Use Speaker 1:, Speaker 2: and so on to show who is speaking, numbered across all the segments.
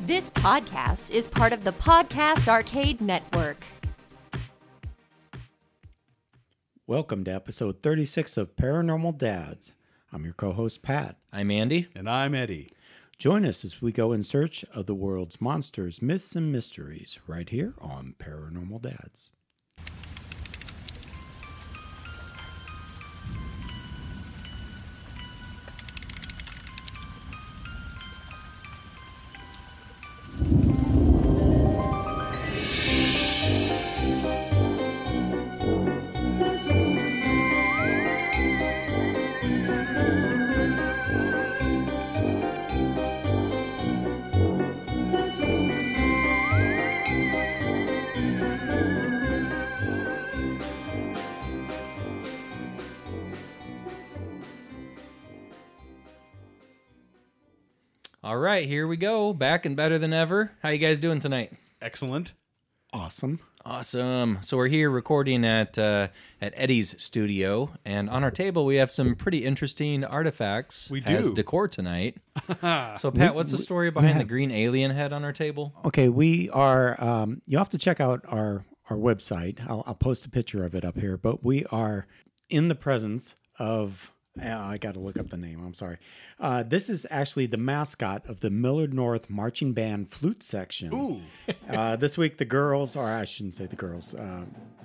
Speaker 1: This podcast is part of the Podcast Arcade Network.
Speaker 2: Welcome to episode 36 of Paranormal Dads. I'm your co host, Pat.
Speaker 3: I'm Andy.
Speaker 4: And I'm Eddie.
Speaker 2: Join us as we go in search of the world's monsters, myths, and mysteries right here on Paranormal Dads.
Speaker 3: All right, here we go. Back and better than ever. How you guys doing tonight?
Speaker 4: Excellent.
Speaker 2: Awesome.
Speaker 3: Awesome. So we're here recording at uh, at Eddie's studio, and on our table we have some pretty interesting artifacts
Speaker 4: We
Speaker 3: as
Speaker 4: do.
Speaker 3: decor tonight. so Pat, what's the story behind the green alien head on our table?
Speaker 2: Okay, we are, um, you'll have to check out our, our website. I'll, I'll post a picture of it up here, but we are in the presence of. uh, I got to look up the name. I'm sorry. Uh, this is actually the mascot of the Millard North Marching Band flute section.
Speaker 4: Ooh.
Speaker 2: uh, this week the girls, or I shouldn't say the girls, uh,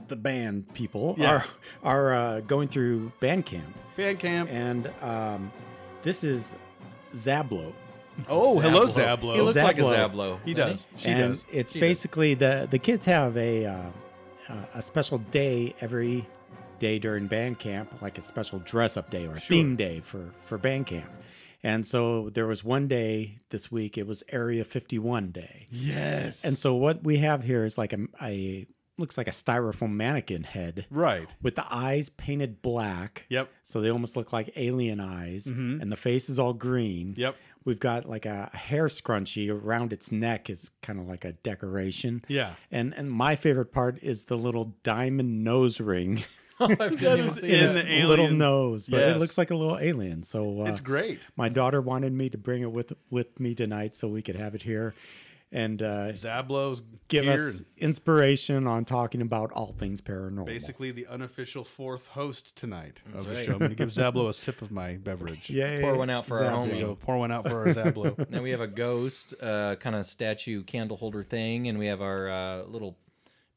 Speaker 2: the band people
Speaker 4: Yeah.
Speaker 2: are are uh, going through band camp,
Speaker 4: Band camp.
Speaker 2: and um, this is Zablo,
Speaker 4: oh, hello,
Speaker 3: Zablo.
Speaker 4: Zablo.
Speaker 3: He looks like a
Speaker 2: Zablo.
Speaker 3: Zablo.
Speaker 4: He
Speaker 3: doesn't
Speaker 4: does. She
Speaker 2: and
Speaker 4: does.
Speaker 2: it's
Speaker 3: She does.
Speaker 2: basically the the kids have a uh, uh, a special day every day during band camp, like a special dress up day or a theme day for for band camp. And so there was one day this week. It was Area 51 day.
Speaker 4: Yes.
Speaker 2: And so what we have here is like a, a looks like a styrofoam mannequin head
Speaker 4: right.
Speaker 2: with the eyes painted black.
Speaker 4: Yep. Mm-hmm.
Speaker 2: So they almost look like alien eyes, and the face is all green.
Speaker 4: Yep.
Speaker 2: We've got like a hair scrunchie around its neck is kind of like a decoration.
Speaker 4: Yeah.
Speaker 2: And and my favorite part is the little diamond nose ring,
Speaker 3: I didn't even
Speaker 4: is
Speaker 3: see
Speaker 4: in
Speaker 3: that.
Speaker 4: the- Alien.
Speaker 2: little nose, but it
Speaker 4: Yes.
Speaker 2: looks like a little alien. So uh,
Speaker 4: It's great.
Speaker 2: My daughter wanted me to bring it with with me tonight so we could have it here. And uh,
Speaker 4: Zablo's
Speaker 2: give
Speaker 4: here
Speaker 2: us
Speaker 4: and
Speaker 2: inspiration on talking about all things paranormal.
Speaker 4: basically the unofficial fourth host tonight of the
Speaker 3: right.
Speaker 4: show. I'm going to give Zablo a sip of my beverage.
Speaker 2: Yay,
Speaker 3: Pour one out for our
Speaker 2: Zablo.
Speaker 4: There you
Speaker 3: homie.
Speaker 4: go. Pour one out for our Zablo.
Speaker 3: Now we have a ghost uh, kind of statue candle holder thing, and we have our uh, little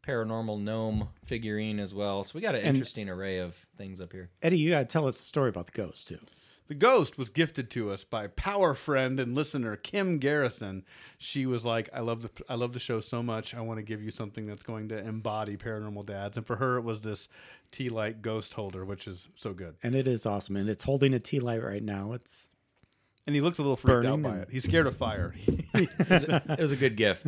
Speaker 3: paranormal gnome figurine as well. So we got an interesting array of things up here.
Speaker 2: Eddie, you got to tell us the story about the ghost too.
Speaker 4: The ghost was gifted to us by power friend and listener Kim Garrison. She was like, "I love the I love the show so much. I want to give you something that's going to embody paranormal dads." And for her, it was this tea light ghost holder, which is so good.
Speaker 2: And it is awesome. And it's holding a tea light right now. It's
Speaker 4: And he looks a little freaked
Speaker 2: Burning
Speaker 4: out by
Speaker 2: and-
Speaker 4: it. He's scared of fire.
Speaker 3: it was a good gift.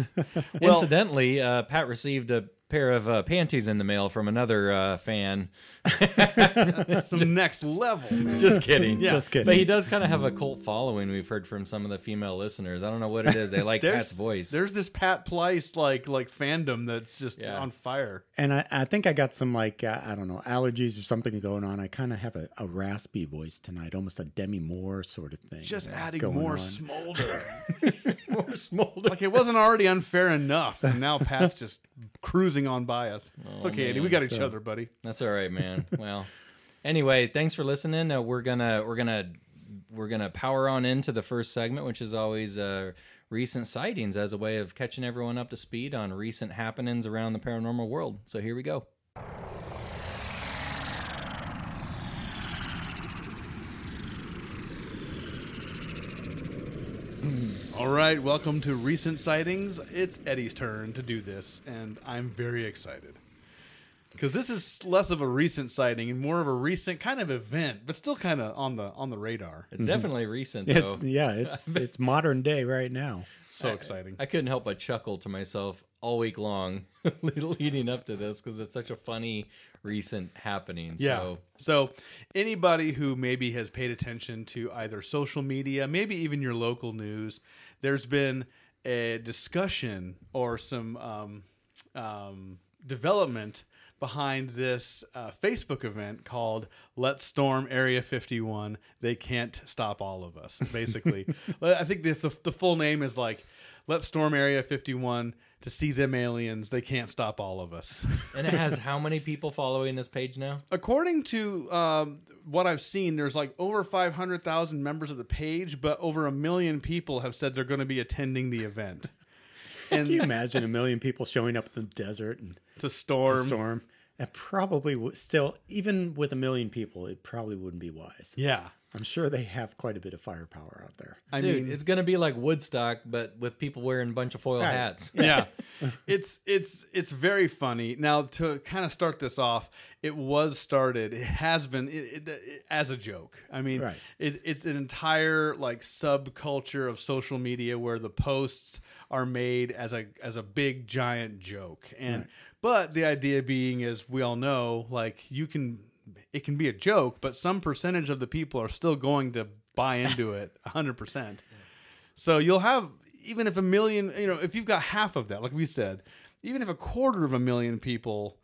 Speaker 3: Incidentally, uh, Pat received a pair of uh, panties in the mail from another uh, fan.
Speaker 4: Some next level. man.
Speaker 3: Just kidding.
Speaker 2: Just kidding.
Speaker 3: But he does kind of have a cult following. We've heard from some of the female listeners. I don't know what it is. They like
Speaker 4: There's-
Speaker 3: Pat's voice.
Speaker 4: There's this Pat Pleiss like like fandom that's just
Speaker 3: Yeah.
Speaker 4: on fire.
Speaker 2: and I, I think I got some like uh, I don't know allergies or something going on. I kind of have a, a raspy voice tonight, almost a Demi Moore sort of thing.
Speaker 4: Just
Speaker 2: uh,
Speaker 4: adding
Speaker 2: going
Speaker 4: more
Speaker 2: on.
Speaker 4: smolder.
Speaker 3: more smolder.
Speaker 4: like it wasn't already unfair enough, and now Pat's just cruising on by us. it's okay,
Speaker 3: Oh,
Speaker 4: Andy. We got each other, buddy.
Speaker 3: That's all right, man. well, anyway, thanks for listening. Uh, we're gonna we're gonna we're gonna power on into the first segment, which is always uh, recent sightings as a way of catching everyone up to speed on recent happenings around the paranormal world. So here we go.
Speaker 4: All right, welcome to Recent Sightings. It's Eddie's turn to do this, and I'm very excited. Because this is less of a recent sighting and more of a recent kind of event, but still kind of on the on the radar.
Speaker 3: It's definitely recent though.
Speaker 2: It's yeah, it's it's modern day right now.
Speaker 4: so exciting.
Speaker 3: I couldn't help but chuckle to myself all week long leading up to this because it's such a funny recent happening.
Speaker 4: Yeah.
Speaker 3: So
Speaker 4: So, anybody who maybe has paid attention to either social media, maybe even your local news, there's been a discussion or some um, um, development behind this uh, Facebook event called "Let's Storm Area 51." They can't stop all of us. Basically, I think the, the the full name is like "Let's Storm Area 51." To see them aliens, they can't stop all of us.
Speaker 3: And it has how many people following this page now?
Speaker 4: According to um, what I've seen, there's like over 500,000 members of the page, but over a million people have said they're going to be attending the event.
Speaker 2: Can you
Speaker 4: And
Speaker 2: imagine a million people showing up in the desert and
Speaker 4: to
Speaker 2: storm?
Speaker 4: storm.
Speaker 2: storm? That probably would still, even with a million people, it probably wouldn't be wise.
Speaker 4: Yeah.
Speaker 2: I'm sure they have quite a bit of firepower out there.
Speaker 4: I
Speaker 3: Dude,
Speaker 4: mean,
Speaker 3: it's gonna be like Woodstock, but with people wearing a bunch of foil
Speaker 2: Right.
Speaker 3: hats.
Speaker 4: yeah. it's it's it's very funny. Now to kind of start this off, it was started. It has been it, it, it- as a joke. I mean,
Speaker 2: Right.
Speaker 4: it, it's an entire like subculture of social media where the posts are made as a as a big giant joke. And but the idea being is we all know like you can it can be a joke, but some percentage of the people are still going to buy into it 100%. So you'll have even if a million, you know, if you've got half of that, like we said, even if a quarter of a million people,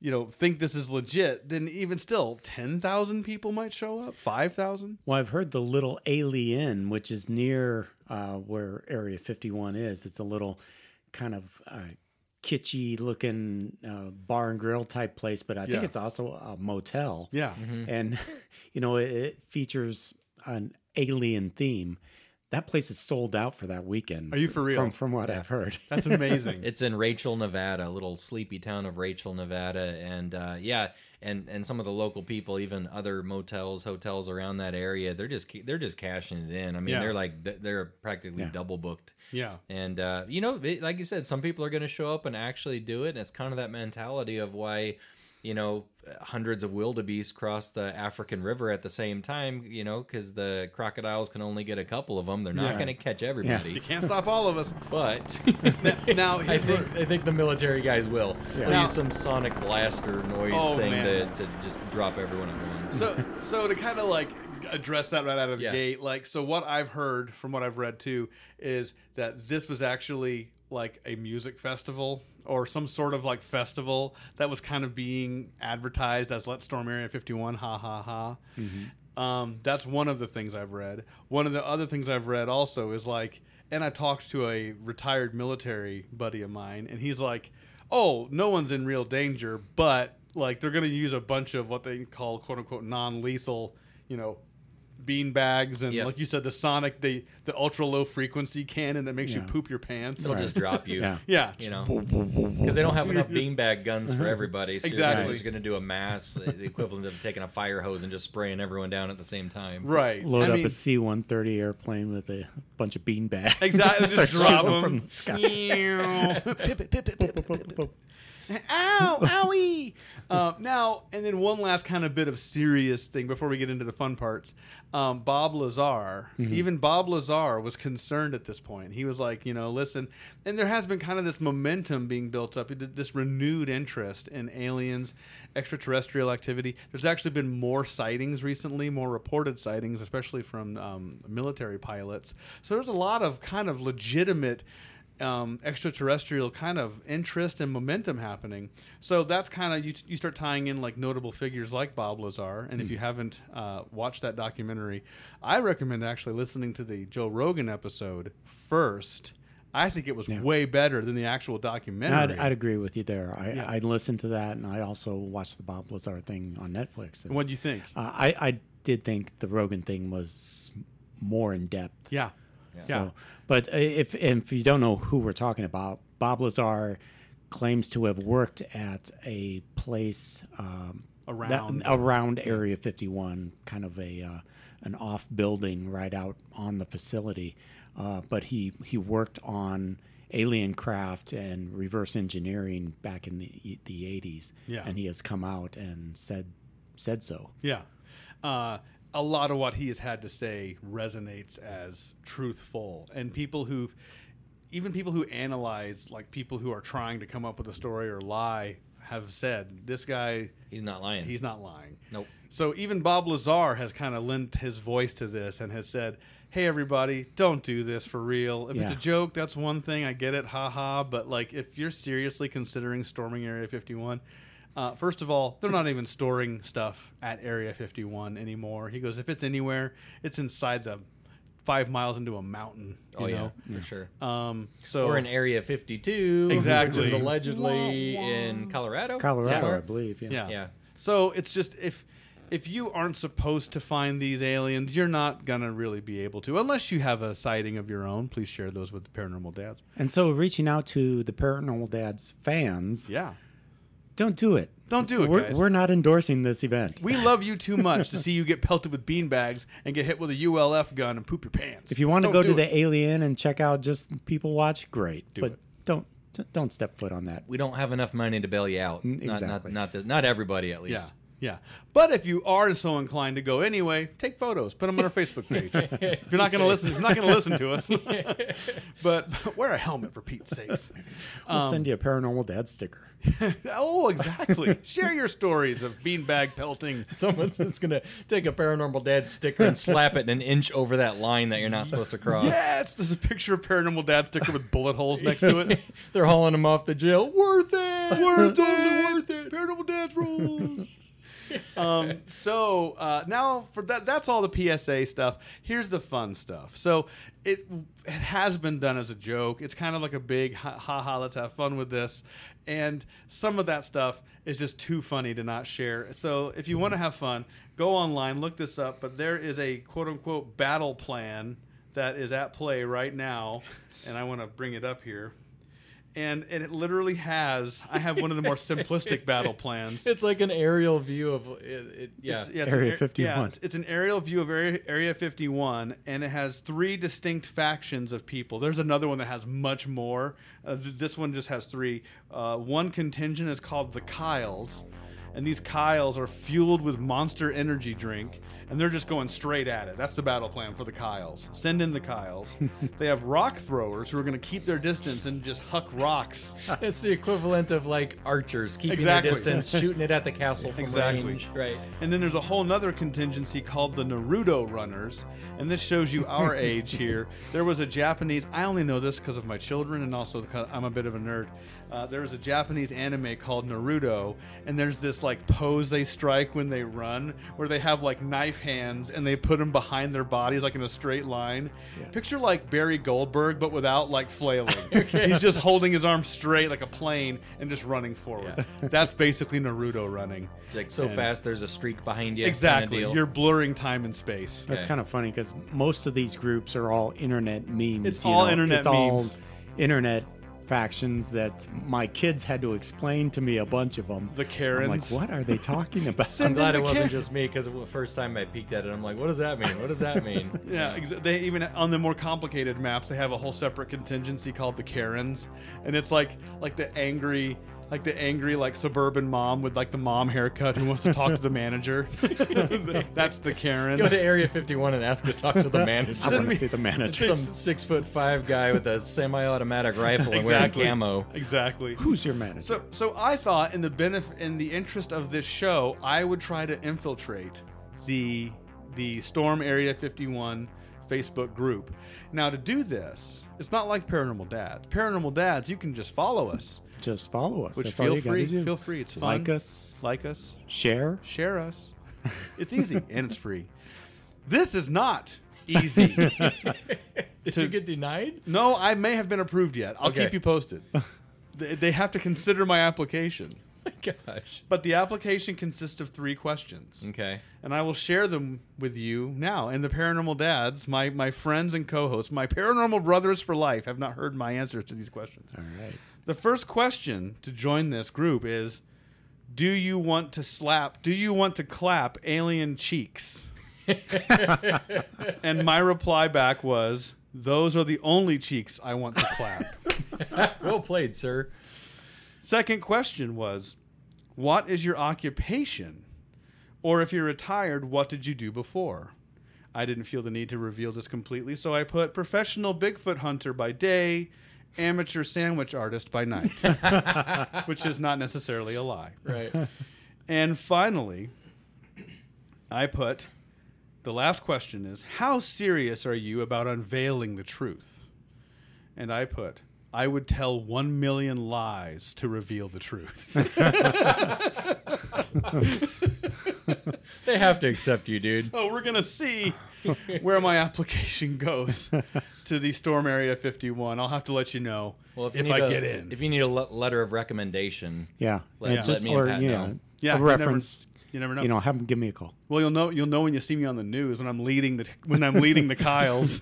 Speaker 4: you know, think this is legit, then even still, ten thousand people might show up, five thousand.
Speaker 2: Well, I've heard the little alien, which is near uh, where Area 51 is. It's a little kind of uh, kitschy looking uh, bar and grill type place, but I think
Speaker 4: Yeah.
Speaker 2: it's also a motel. Mm-hmm.
Speaker 4: Yeah,
Speaker 3: Mm-hmm.
Speaker 2: And, you know, it, it features an alien theme. That place is sold out for that weekend.
Speaker 4: Are you for real?
Speaker 2: From, from what I've heard.
Speaker 4: that's amazing.
Speaker 3: It's in Rachel, Nevada, a little sleepy town of Rachel, Nevada, and uh, yeah, and and some of the local people, even other motels, hotels around that area, they're just they're just cashing it in. I mean,
Speaker 4: Yeah.
Speaker 3: they're like they're practically double booked.
Speaker 4: yeah,
Speaker 3: And uh, you know, it, like you said, some people are going to show up and actually do it, and it's kind of that mentality of why, you know, hundreds of wildebeest cross the African River at the same time. You know, because the crocodiles can only get a couple of them; they're not
Speaker 2: Yeah.
Speaker 3: going to catch everybody.
Speaker 4: you can't stop all of us.
Speaker 3: But
Speaker 4: Now,
Speaker 3: I
Speaker 4: here's
Speaker 3: think I think the military guys will.
Speaker 2: Yeah.
Speaker 3: They'll
Speaker 4: Now-
Speaker 3: use some sonic blaster noise
Speaker 4: Oh,
Speaker 3: thing
Speaker 4: man.
Speaker 3: to, to just drop everyone at once.
Speaker 4: so so to kind of like address that right out of the
Speaker 3: Yeah.
Speaker 4: gate like so what i've heard from what i've read too is that this was actually like a music festival or some sort of like festival that was kind of being advertised as let's storm area 51 ha ha ha um, that's one of the things i've read one of the other things i've read also is like and i talked to a retired military buddy of mine and he's like oh, no one's in real danger, but like they're going to use a bunch of what they call quote unquote non lethal, you know, bean bags and
Speaker 3: Yeah.
Speaker 4: like you said, the sonic, the the ultra low frequency cannon that makes you
Speaker 2: Yeah.
Speaker 4: poop your pants.
Speaker 3: They'll just drop you.
Speaker 2: Yeah.
Speaker 4: Yeah,
Speaker 3: You know, because they don't have enough beanbag guns
Speaker 2: Mm-hmm.
Speaker 3: for everybody. So
Speaker 4: Exactly.
Speaker 3: They're just going to do a mass, uh, the equivalent of taking a fire hose and just spraying everyone down at the same time.
Speaker 4: right.
Speaker 2: Load
Speaker 4: I
Speaker 2: up
Speaker 4: mean,
Speaker 2: a C 130 airplane with a bunch of bean bags.
Speaker 4: Exactly,
Speaker 2: Start
Speaker 4: just drop
Speaker 2: shooting
Speaker 4: 'em.
Speaker 2: from the sky.
Speaker 4: Pip it, pip it, pip it, pip it.
Speaker 2: Boop, boop.
Speaker 4: Ow, owie. Uh, now, and then one last kind of bit of serious thing before we get into the fun parts. Um, Bob Lazar, even Bob Lazar was concerned at this point. He was like, you know, listen, and there has been kind of this momentum being built up, this renewed interest in aliens, extraterrestrial activity. There's actually been more sightings recently, more reported sightings, especially from um, military pilots. So there's a lot of kind of legitimate um, extraterrestrial kind of interest and momentum happening. So that's kind of you, you start tying in like notable figures like Bob Lazar.
Speaker 2: Hmm.
Speaker 4: And if you haven't uh, watched that documentary, I recommend actually listening to the Joe Rogan episode first. I think it was way better than the actual
Speaker 2: I'd,
Speaker 4: documentary.
Speaker 2: I'd agree with you there. I, I listened to that, and I also watched the Bob Lazar thing on Netflix. And,
Speaker 4: what do you think?
Speaker 2: uh, I, I did think the Rogan thing was more in depth.
Speaker 4: yeah. Yeah.
Speaker 2: So, but if if you don't know who we're talking about, Bob Lazar claims to have worked at a place um,
Speaker 4: Around.
Speaker 2: around Area 51, kind of a uh, an off building right out on the facility. Uh, but he he worked on alien craft and reverse engineering back in the e, the 80s,
Speaker 4: Yeah.
Speaker 2: and he has come out and said said so.
Speaker 4: Yeah. Uh, a lot of what he has had to say resonates as truthful. And people who, even people who analyze, like people who are trying to come up with a story or lie, have said this guy,
Speaker 3: He's not lying.
Speaker 4: he's not lying.
Speaker 3: Nope.
Speaker 4: So even Bob Lazar has kind of lent his voice to this and has said, "Hey everybody, don't do this for real. If it's a
Speaker 2: Yeah.
Speaker 4: joke, that's one thing. I get it, haha. But like, if you're seriously considering storming Area 51, Uh, first of all, they're not even storing stuff at Area 51 anymore. He goes, if it's anywhere, it's inside the five miles into a mountain. You
Speaker 3: Oh yeah,
Speaker 4: know?
Speaker 3: for sure.
Speaker 4: Um, so
Speaker 3: Or in Area 52,
Speaker 4: Exactly.
Speaker 3: which is allegedly
Speaker 1: Wah, wah.
Speaker 3: in Colorado.
Speaker 2: Colorado,
Speaker 3: somewhere?
Speaker 2: I believe. Yeah.
Speaker 4: Yeah.
Speaker 3: Yeah.
Speaker 4: So it's just if if you aren't supposed to find these aliens, you're not gonna really be able to unless you have a sighting of your own. Please share those with the paranormal dads.
Speaker 2: And so reaching out to the Paranormal Dads fans,
Speaker 4: Yeah.
Speaker 2: don't do it.
Speaker 4: Don't do it,
Speaker 2: We're,
Speaker 4: guys.
Speaker 2: we're not endorsing this event.
Speaker 4: We love you too much to see you get pelted with beanbags and get hit with a ULF gun and poop your pants.
Speaker 2: If you want to
Speaker 4: Don't
Speaker 2: go
Speaker 4: do
Speaker 2: to
Speaker 4: it.
Speaker 2: the alien and check out just people watch, great. but
Speaker 4: it.
Speaker 2: don't don't step foot on that.
Speaker 3: We don't have enough money to bail you out. Not, not,
Speaker 2: exactly.
Speaker 3: not, this, not everybody, at
Speaker 4: yeah.
Speaker 3: least.
Speaker 4: Yeah, but if you are so inclined to go anyway, take photos, put them on our Facebook page. if you're not going to listen, if you're not going to listen to us. but, wear a helmet for Pete's sakes.
Speaker 2: We'll send
Speaker 4: Um,
Speaker 2: you a Paranormal Dad sticker.
Speaker 4: oh, exactly. Share your stories of beanbag pelting.
Speaker 3: Someone's just going to take a paranormal dad sticker and slap it an inch over that line that you're not supposed to cross.
Speaker 4: Yes, there's a picture of paranormal dad sticker with bullet holes next to it.
Speaker 3: They're hauling him off the jail. Worth it.
Speaker 4: worth it, worth it. Paranormal dad's rules. um, so uh, now for that, that's all the PSA stuff. Here's the fun stuff. So it it has been done as a joke. It's kind of like a big ha ha, ha let's have fun with this. And some of that stuff is just too funny to not share. So if you want to have fun, go online, look this up. But there is a quote unquote battle plan that is at play right now, and I want to bring it up here. And, and it literally has. I have one of the more simplistic battle plans.
Speaker 3: It's like an aerial view of it. it yeah.
Speaker 4: It's, yeah, it's
Speaker 2: Area
Speaker 4: an ar-
Speaker 2: 51.
Speaker 4: yeah, it's, it's an aerial view of Area, Area 51, and it has three distinct factions of people. There's another one that has much more. Uh, th- this one just has three. Uh, one contingent is called the Kyles, and these Kyles are fueled with monster energy drink, and they're just going straight at it. That's the battle plan for the Kyles. Send in the Kyles. they have rock throwers who are going to keep their distance and just huck rocks.
Speaker 3: It's the equivalent of like archers keeping
Speaker 4: Exactly.
Speaker 3: their distance, shooting it at the castle from
Speaker 4: Exactly.
Speaker 3: range. Right.
Speaker 4: And then there's a whole nother contingency called the Naruto Runners. And this shows you our age here. There was a Japanese, I only know this because of my children and also because I'm a bit of a nerd. Uh, there was a Japanese anime called Naruto. And there's this like pose they strike when they run where they have like knife hands and they put them behind their bodies like in a straight line. Picture like Barry Goldberg, but without like flailing. He's just holding his arm straight like a plane and just running forward. That's basically Naruto running.
Speaker 3: It's like so fast there's a streak behind you. kinda
Speaker 4: Exactly.
Speaker 3: deal.
Speaker 4: You're blurring time and space.
Speaker 2: That's
Speaker 3: Okay.
Speaker 2: kind of funny because most of these groups are all internet memes.
Speaker 4: It's
Speaker 2: you
Speaker 4: all
Speaker 2: know?
Speaker 4: internet
Speaker 2: It's all
Speaker 4: memes.
Speaker 2: internet factions that my kids had to explain to me a bunch of them.
Speaker 4: The
Speaker 2: I'm like,
Speaker 4: Karens.
Speaker 2: what are they talking about?
Speaker 3: I'm
Speaker 4: Send
Speaker 3: glad it
Speaker 4: in the
Speaker 3: wasn't
Speaker 4: Karen-
Speaker 3: just me because the first time I peeked at it, I'm like, what does that mean? What does that mean?
Speaker 4: Yeah, exa- they even on the more complicated maps, they have a whole separate contingency called the Karens, and it's like like the angry, like the angry like suburban mom with like the mom haircut who wants to talk to the manager. That's the Karen.
Speaker 3: Go to Area 51 and ask to talk to the man.
Speaker 2: I
Speaker 3: Some
Speaker 2: want
Speaker 4: me-
Speaker 2: to see the manager.
Speaker 3: six foot five guy with a semi-automatic rifle and wearing
Speaker 4: exactly.
Speaker 3: camo.
Speaker 4: Exactly.
Speaker 2: Who's your manager?
Speaker 4: So, so I thought in the benef- in the interest of this show, I would try to infiltrate the the Storm Area 51 Facebook group. Now, to do this, it's not like Paranormal Dads. Paranormal Dads, you can just follow us,
Speaker 2: Just follow us.
Speaker 4: which
Speaker 2: That's all
Speaker 4: feel
Speaker 2: you gotta
Speaker 4: free,
Speaker 2: do.
Speaker 4: feel free. It's fun.
Speaker 2: Like us,
Speaker 4: like us,
Speaker 2: share.
Speaker 4: share us. It's easy and it's free. This is not easy.
Speaker 3: Did you get denied?
Speaker 4: no, I may have been approved yet. I'll
Speaker 3: Okay.
Speaker 4: keep you posted. They- they have to consider my application.
Speaker 3: My gosh.
Speaker 4: But the application consists of three questions,
Speaker 3: Okay.
Speaker 4: and I will share them with you now. And the paranormal dads, my, my friends and co hosts, my paranormal brothers for life, have not heard my answers to these questions.
Speaker 2: All right.
Speaker 4: The first question to join this group is Do you want to slap, do you want to clap alien cheeks? and my reply back was Those are the only cheeks I want to clap.
Speaker 3: well played, sir.
Speaker 4: Second question was, what is your occupation? Or if you're retired, what did you do before? I didn't feel the need to reveal this completely, so I put professional Bigfoot hunter by day, amateur sandwich artist by night, which is not necessarily a lie.
Speaker 3: Right.
Speaker 4: And finally, I put the last question is how serious are you about unveiling the truth? And I put I would tell one million lies to reveal the truth.
Speaker 3: They have to accept you, dude.
Speaker 4: so Oh, we're gonna see where my application goes to the Storm Area 51. I'll have to let you know
Speaker 3: Well, if, you
Speaker 4: if
Speaker 3: need
Speaker 4: I
Speaker 3: a-
Speaker 4: get in.
Speaker 3: if you need a le- letter of recommendation,
Speaker 2: Yeah.
Speaker 3: Let-
Speaker 2: Uh,
Speaker 3: let me and Pat know.
Speaker 4: yeah,
Speaker 2: a
Speaker 4: you never-
Speaker 2: reference.
Speaker 4: You never know.
Speaker 2: You know, have them give me a call.
Speaker 4: well, you'll know. You'll know when you see me on the news when I'm leading the when I'm leading the Kyles.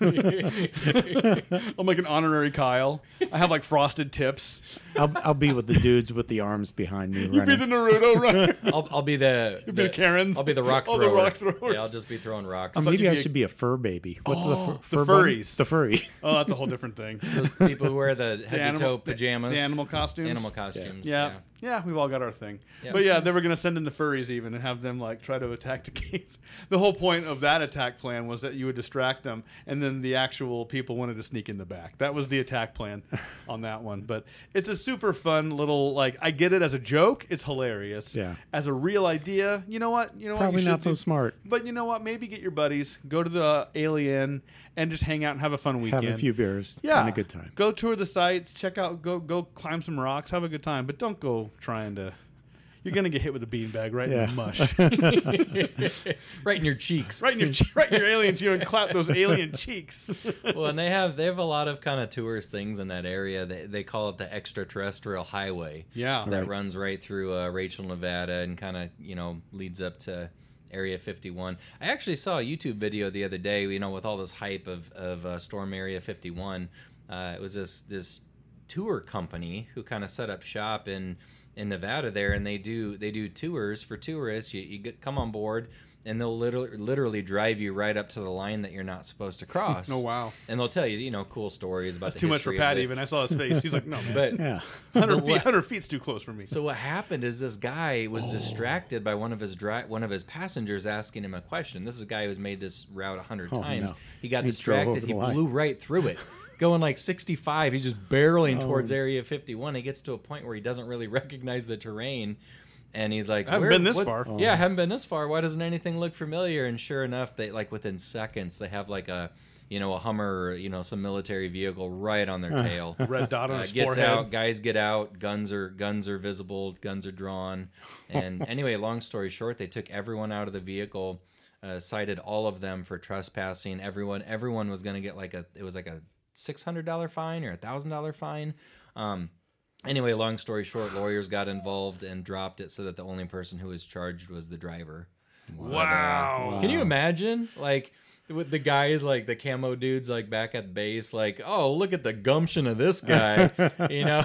Speaker 4: I'm like an honorary Kyle. I have like frosted tips.
Speaker 2: I'll, I'll be with the dudes with the arms behind me
Speaker 4: Be the
Speaker 2: running.
Speaker 4: Naruto runner.
Speaker 3: I'll, I'll be the,
Speaker 4: be the Karens.
Speaker 3: I'll be the rock
Speaker 4: Oh,
Speaker 3: thrower.
Speaker 4: the rock throwers.
Speaker 3: Yeah, I'll just be throwing rocks.
Speaker 2: Or
Speaker 4: you
Speaker 2: Oh, maybe I
Speaker 4: be a-
Speaker 2: should be a fur baby. What's the fur,
Speaker 4: Oh, the
Speaker 2: fur bun?
Speaker 4: furries.
Speaker 2: The furry.
Speaker 4: oh, that's a whole different thing.
Speaker 3: Those people who wear the head to toe
Speaker 4: animal- the-
Speaker 3: pajamas,
Speaker 4: the animal costumes.
Speaker 3: animal costumes.
Speaker 4: Yeah. yeah, we've all got our thing.
Speaker 3: Yeah.
Speaker 4: But yeah, they were gonna send in the furries even and have them like try to attack the gates. The whole point of that attack plan was that you would distract them, and then the actual people wanted to sneak in the back. That was the attack plan on that one. But it's a super fun little like I get it as a joke. It's hilarious.
Speaker 2: Yeah.
Speaker 4: As a real idea, you know what? You know what?
Speaker 2: Probably
Speaker 4: You
Speaker 2: not
Speaker 4: should
Speaker 2: so
Speaker 4: do-
Speaker 2: smart.
Speaker 4: But you know what? Maybe get your buddies, go to the alien, and just hang out and have a fun weekend
Speaker 2: Have a few beers.
Speaker 4: yeah,
Speaker 2: And a good time.
Speaker 4: Go tour the sites, check out, go go climb some rocks, have a good time, but don't go trying to. You're gonna get hit with a beanbag right in
Speaker 2: Yeah.
Speaker 4: the mush,
Speaker 3: right in your cheeks.
Speaker 4: right in your che- right in your alien cheek, and clap those alien cheeks.
Speaker 3: Well, and they have they have a lot of kind of tourist things in that area. They they call it the extraterrestrial highway.
Speaker 4: Yeah.
Speaker 3: that
Speaker 2: Right.
Speaker 3: runs right through uh, Rachel, Nevada, and kind of you know leads up to Area 51. I actually saw a YouTube video the other day. You know, with all this hype of of uh, Storm Area 51, uh, it was this this tour company who kind of set up shop in in Nevada there, and they do they do tours for tourists. You you get, come on board. And they'll literally, literally drive you right up to the line that you're not supposed to cross.
Speaker 4: Oh, wow.
Speaker 3: And they'll tell you, you know, cool stories about the
Speaker 4: Too much for
Speaker 3: history of
Speaker 4: Pat.
Speaker 3: it.
Speaker 4: Even I saw his face. He's like, no, man,
Speaker 3: But
Speaker 2: Yeah.
Speaker 4: 100
Speaker 3: but
Speaker 4: feet,
Speaker 3: what-
Speaker 4: 100 feet's too close for me.
Speaker 3: so what happened is this guy was distracted by one of his dri- one of his passengers asking him a question. This is a guy who's made this route a hundred
Speaker 2: Oh,
Speaker 3: times.
Speaker 2: no.
Speaker 3: He got
Speaker 2: He drove over
Speaker 3: distracted.
Speaker 2: the
Speaker 3: He
Speaker 2: line.
Speaker 3: blew right through it, going like 65. He's just
Speaker 2: Oh,
Speaker 3: barreling towards Area 51. He gets to a point where he doesn't really recognize the terrain, and he's like,
Speaker 4: I haven't
Speaker 3: "Where-
Speaker 4: been this
Speaker 3: what-
Speaker 4: far."
Speaker 2: Oh.
Speaker 3: Yeah, I haven't been this far. Why doesn't anything look familiar?" And sure enough, they like within seconds they have like a you know a Hummer, or, you know some military vehicle right on their tail.
Speaker 4: Red dot on
Speaker 3: Uh,
Speaker 4: his
Speaker 3: gets
Speaker 4: forehead.
Speaker 3: out. Guys get out. Guns are guns are visible. Guns are drawn. And anyway, long story short, they took everyone out of the vehicle, uh, cited all of them for trespassing. Everyone everyone was going to get like a it was like a six hundred dollar fine or a thousand dollar fine. Um, anyway, long story short, lawyers got involved and dropped it so that the only person who was charged was the driver.
Speaker 4: Wow.
Speaker 3: Can you imagine? Like with the guys like the camo dudes like back at base, like, oh look at the gumption of this guy. you know?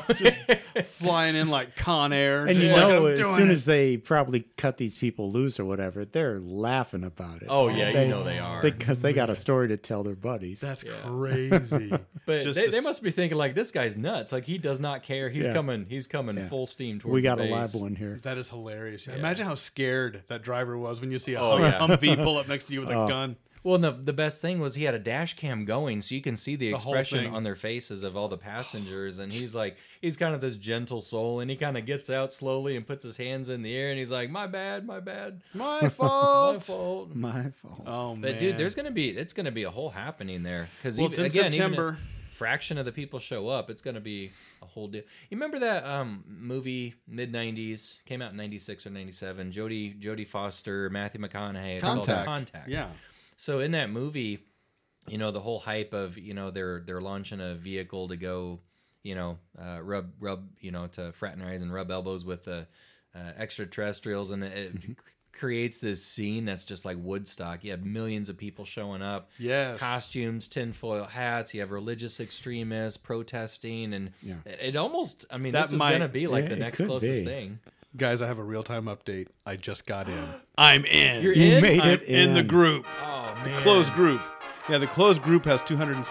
Speaker 4: Flying in like Con Air.
Speaker 2: And
Speaker 4: just
Speaker 2: you
Speaker 4: like,
Speaker 2: know,
Speaker 4: I'm
Speaker 2: as
Speaker 4: doing
Speaker 2: soon
Speaker 4: it.
Speaker 2: as they probably cut these people loose or whatever, they're laughing about it.
Speaker 3: oh yeah, you know they are.
Speaker 2: Because they got a story to tell their buddies.
Speaker 4: that's crazy.
Speaker 3: but
Speaker 4: Just
Speaker 3: they,
Speaker 4: to
Speaker 3: they
Speaker 4: s-
Speaker 3: must be thinking like this guy's nuts. Like he does not care. He's
Speaker 2: Yeah.
Speaker 3: coming he's coming
Speaker 2: Yeah.
Speaker 3: full steam towards
Speaker 2: we got
Speaker 3: the
Speaker 2: a live
Speaker 3: base.
Speaker 2: one here.
Speaker 4: That is hilarious. Imagine how scared that driver was when you see a
Speaker 3: Oh,
Speaker 4: hum-
Speaker 3: yeah.
Speaker 4: Humvee pull up next to you with a
Speaker 2: Oh.
Speaker 4: gun.
Speaker 3: Well, and the, the best thing was he had a dash cam going, so you can see the,
Speaker 4: whole
Speaker 3: expression
Speaker 4: thing.
Speaker 3: on their faces of all the passengers. And he's like, he's kind of this gentle soul, and he kind of gets out slowly and puts his hands in the air, and he's like, my bad, my bad,
Speaker 4: My
Speaker 3: my
Speaker 4: fault.
Speaker 3: fault.
Speaker 2: My fault.
Speaker 4: Oh man,
Speaker 3: But dude, there's gonna be it's gonna be a whole happening there because
Speaker 4: Well,
Speaker 3: even,
Speaker 4: it's in
Speaker 3: again,
Speaker 4: September.
Speaker 3: even a fraction of the people show up, it's gonna be a whole deal. You remember that um, movie mid '90s came out in '96 or '97? Jodie Jodie Foster, Matthew McConaughey. It's called
Speaker 4: Contact.
Speaker 3: Contact.
Speaker 4: Yeah.
Speaker 3: So in that movie, you know the whole hype of you know they're they're launching a vehicle to go, you know, uh, rub rub you know to fraternize and rub elbows with the uh, extraterrestrials, and it.
Speaker 2: Mm-hmm.
Speaker 3: c creates this scene that's just like woodstock you have millions of people showing up
Speaker 4: Yes.
Speaker 3: costumes tinfoil hats you have religious extremists protesting and
Speaker 2: Yeah.
Speaker 3: it, it almost i mean
Speaker 4: That
Speaker 3: this is
Speaker 4: might-
Speaker 3: gonna be like
Speaker 2: Yeah,
Speaker 3: the
Speaker 2: it
Speaker 3: next
Speaker 2: could
Speaker 3: closest
Speaker 2: be.
Speaker 3: thing
Speaker 4: guys, I have a real time update. I just got in. I'm in.
Speaker 3: You're
Speaker 2: you
Speaker 3: in?
Speaker 2: made
Speaker 4: I'm
Speaker 2: it
Speaker 4: in. the group.
Speaker 3: oh man
Speaker 4: Closed group. Yeah, the closed group has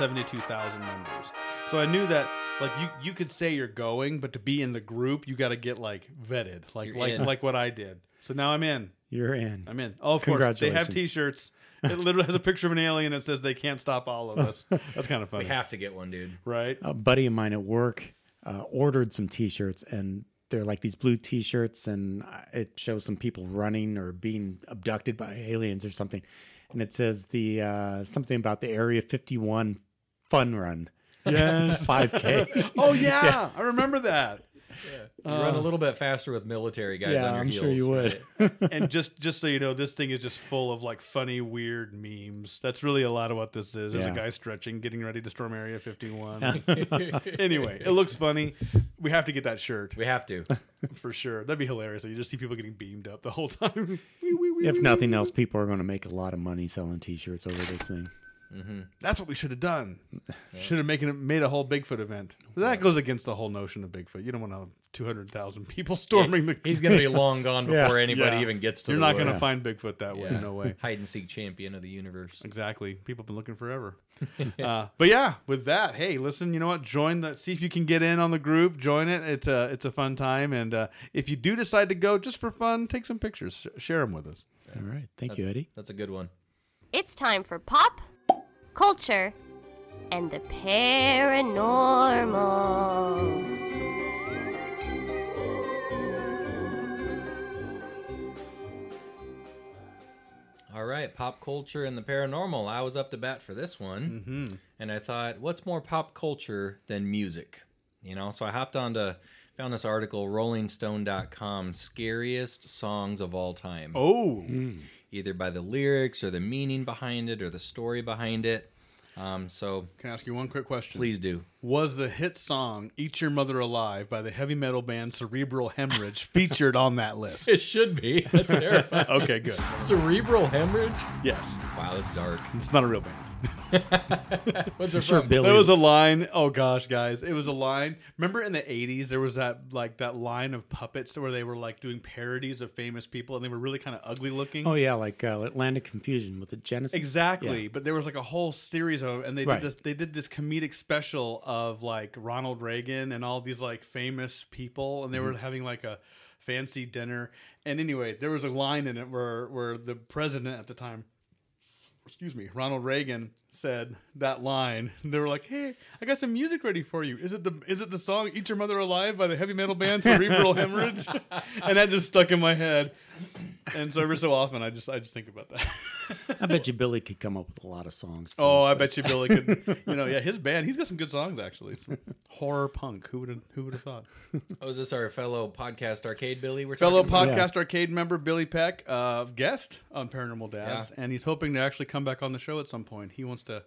Speaker 4: 272,000 members. So I knew that like you you could say you're going, but to be in the group, you got to get like vetted, like
Speaker 3: You're
Speaker 4: like
Speaker 3: in.
Speaker 4: like what I did. So now I'm in.
Speaker 2: You're in.
Speaker 4: I'm in. Oh, of course, they have
Speaker 2: Congratulations.
Speaker 4: T-shirts. It literally has a picture of an alien that says they can't stop all of us. That's kind of
Speaker 3: we
Speaker 4: funny,
Speaker 3: have to get one dude
Speaker 4: right?
Speaker 2: a buddy of mine at work uh, ordered some t-shirts and they're like these blue t-shirts and uh, it shows some people running or being abducted by aliens or something and it says the uh, something about the area 51 fun run Yes. 5K.
Speaker 4: Oh yeah, I remember that.
Speaker 3: You run a little bit faster with military guys
Speaker 2: Uh, yeah,
Speaker 3: on your
Speaker 2: I'm
Speaker 3: heels.
Speaker 2: sure you would.
Speaker 4: and just just so you know, this thing is just full of like funny, weird memes. That's really a lot of what this is. There's
Speaker 2: Yeah.
Speaker 4: a guy stretching, getting ready to storm Area 51. anyway, it looks funny. We have to get that shirt
Speaker 3: We have to.
Speaker 4: for sure. That'd be hilarious. You just see people getting beamed up the whole time. Wee, wee, wee,
Speaker 2: If
Speaker 4: wee.
Speaker 2: nothing else, people are going to make a lot of money selling T-shirts over this thing.
Speaker 4: That's what we should have done. Should have making it made a whole Bigfoot event. That goes against the whole notion of Bigfoot. You don't want to have two hundred thousand people storming the.
Speaker 3: He's going to be long gone
Speaker 2: Yeah.
Speaker 3: before anybody
Speaker 4: Yeah.
Speaker 3: even gets to.
Speaker 4: You're
Speaker 3: the
Speaker 4: not going to
Speaker 3: woods.
Speaker 4: find Bigfoot that way.
Speaker 3: Yeah.
Speaker 4: No way.
Speaker 3: hide and seek champion of the universe.
Speaker 4: Exactly. People have been looking forever. uh, but yeah, with that, hey, listen, you know what? Join the see if you can get in on the group. Join it. It's a it's a fun time, and uh, if you do decide to go, just for fun, take some pictures, sh- share them with us.
Speaker 2: All right. Thank you, Eddie.
Speaker 3: That's a good one.
Speaker 5: It's time for pop, culture, and the paranormal.
Speaker 3: All right, pop culture and the paranormal. I was up to bat for this one, mm-hmm. and I thought, what's more pop culture than music? You know, so I hopped on to found this article, RollingStone.com, scariest songs of all time,
Speaker 4: Oh,
Speaker 3: either by the lyrics or the meaning behind it or the story behind it. Um, so
Speaker 4: can I ask you one quick question?
Speaker 3: please do.
Speaker 4: Was the hit song "Eat Your Mother Alive" by the heavy metal band Cerebral Hemorrhage featured on that list?
Speaker 3: It should be. That's terrifying.
Speaker 4: Okay, good.
Speaker 3: Cerebral hemorrhage.
Speaker 4: Yes,
Speaker 3: Wow, that's dark.
Speaker 4: it's not a real band.
Speaker 3: What's it
Speaker 2: Sure,
Speaker 3: from?
Speaker 2: Billy.
Speaker 4: There was a line. Oh gosh, guys, it was a line. Remember in the '80s, there was that like that line of puppets where they were like doing parodies of famous people, and they were really kind of ugly looking.
Speaker 2: oh yeah, like uh, Atlantic Confusion with the Genesis.
Speaker 4: Exactly, but there was like a whole series of, and they
Speaker 2: Right.
Speaker 4: did this. They did this comedic special of like Ronald Reagan and all these like famous people, and they were having like a fancy dinner. And anyway, there was a line in it where where the president at the time, excuse me, Ronald Reagan said that line. They were like, "Hey, I got some music ready for you. Is it the is it the song Eat Your Mother Alive by the heavy metal band Cerebral Hemorrhage?" and that just stuck in my head. And so every so often, I just I just think about that.
Speaker 2: I bet you Billy could come up with a lot of songs. for
Speaker 4: Oh,
Speaker 2: this
Speaker 4: I
Speaker 2: list.
Speaker 4: bet you Billy could. You know, yeah, his band. He's got some good songs actually. Some horror punk. Who would have? Who would have thought?
Speaker 3: Oh, is this our fellow podcast arcade Billy? We're
Speaker 4: Fellow
Speaker 3: talking about?
Speaker 4: podcast arcade member Billy Peck, uh, guest on Paranormal Dads,
Speaker 3: Yeah.
Speaker 4: and he's hoping to actually come back on the show at some point. He wants to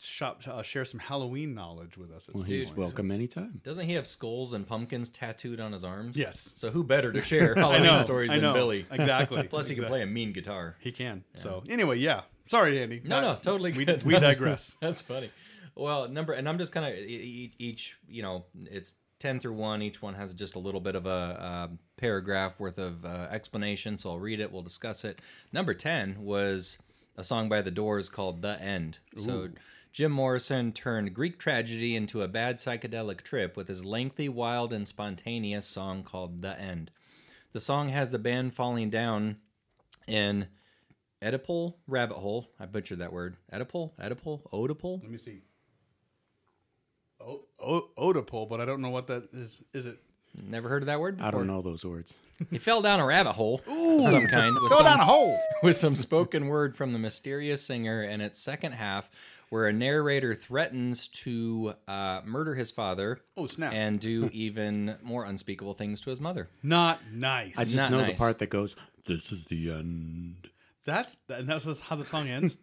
Speaker 4: shop, uh, share some Halloween knowledge with us. At some
Speaker 2: He's
Speaker 4: point.
Speaker 2: welcome anytime.
Speaker 3: Doesn't he have skulls and pumpkins tattooed on his arms?
Speaker 4: Yes.
Speaker 3: So who better to share
Speaker 4: I
Speaker 3: Halloween
Speaker 4: know
Speaker 3: stories
Speaker 4: I
Speaker 3: than
Speaker 4: know,
Speaker 3: Billy?
Speaker 4: Exactly.
Speaker 3: Plus, he can
Speaker 4: Exact-
Speaker 3: play a mean guitar.
Speaker 4: He can. So anyway, yeah. Sorry, Andy.
Speaker 3: No, no,
Speaker 4: That-
Speaker 3: totally.
Speaker 4: We,
Speaker 3: good.
Speaker 4: we
Speaker 3: That's-
Speaker 4: digress.
Speaker 3: That's funny. Well, number, and I'm just kind of each, you know, it's ten through one. Each one has just a little bit of a um paragraph worth of uh, explanation. So I'll read it. We'll discuss it. Number ten was a song by The Doors called "The End." So. Jim Morrison turned Greek tragedy into a bad psychedelic trip with his lengthy, wild, and spontaneous song called The End. The song has the band falling down in Oedipal rabbit hole. I butchered that word. Oedipal, Oedipal, Oedipal.
Speaker 4: Let me see. O- o- Oedipal, but I don't know what that is. Is it?
Speaker 3: Never heard of that word.
Speaker 2: I
Speaker 3: before.
Speaker 2: don't know those words.
Speaker 3: He fell down a rabbit hole of some kind with some,
Speaker 4: hole.
Speaker 3: with some spoken word from the mysterious singer in its second half, where a narrator threatens to uh, murder his father
Speaker 4: Oh snap!
Speaker 3: and do even more unspeakable things to his mother.
Speaker 4: Not nice.
Speaker 2: I just
Speaker 3: not
Speaker 2: know the
Speaker 3: nice.
Speaker 2: part that goes, "This is the end."
Speaker 4: That's and that's just how the song ends.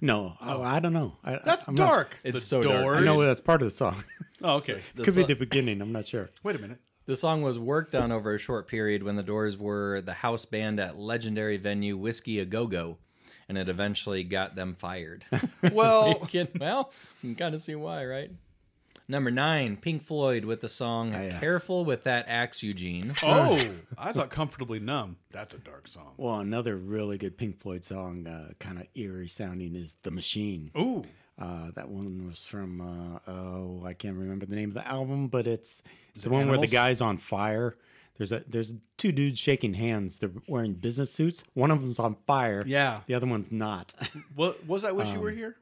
Speaker 2: No, I, I don't know. I,
Speaker 4: That's
Speaker 2: I'm not-
Speaker 4: dark.
Speaker 3: It's
Speaker 4: the
Speaker 3: so dark.
Speaker 4: doors.
Speaker 2: I know that's part of the song.
Speaker 4: Oh, okay.
Speaker 3: The
Speaker 2: could be
Speaker 3: so-
Speaker 2: the beginning. I'm not sure.
Speaker 4: Wait a minute.
Speaker 3: The song was worked on over a short period when the Doors were the house band at legendary venue Whiskey a Go Go, and it eventually got them fired.
Speaker 2: Oh.
Speaker 4: Well,
Speaker 3: Again, well, you can kind of see why, right? Number nine, Pink Floyd with the song
Speaker 2: Ah, yes.
Speaker 3: Careful with That Axe, Eugene.
Speaker 4: oh, I thought comfortably numb. That's a dark song.
Speaker 2: Well, another really good Pink Floyd song, uh, kind of eerie sounding, is "The Machine."
Speaker 4: Ooh,
Speaker 2: Uh, that one was from uh, oh, I can't remember the name of the album, but it's it's the
Speaker 4: it
Speaker 2: one where
Speaker 4: Animals?
Speaker 2: the guy's on fire. There's a there's two dudes shaking hands. They're wearing business suits. One of them's on fire.
Speaker 4: yeah.
Speaker 2: The other one's not.
Speaker 4: What was Um, I wish you were here?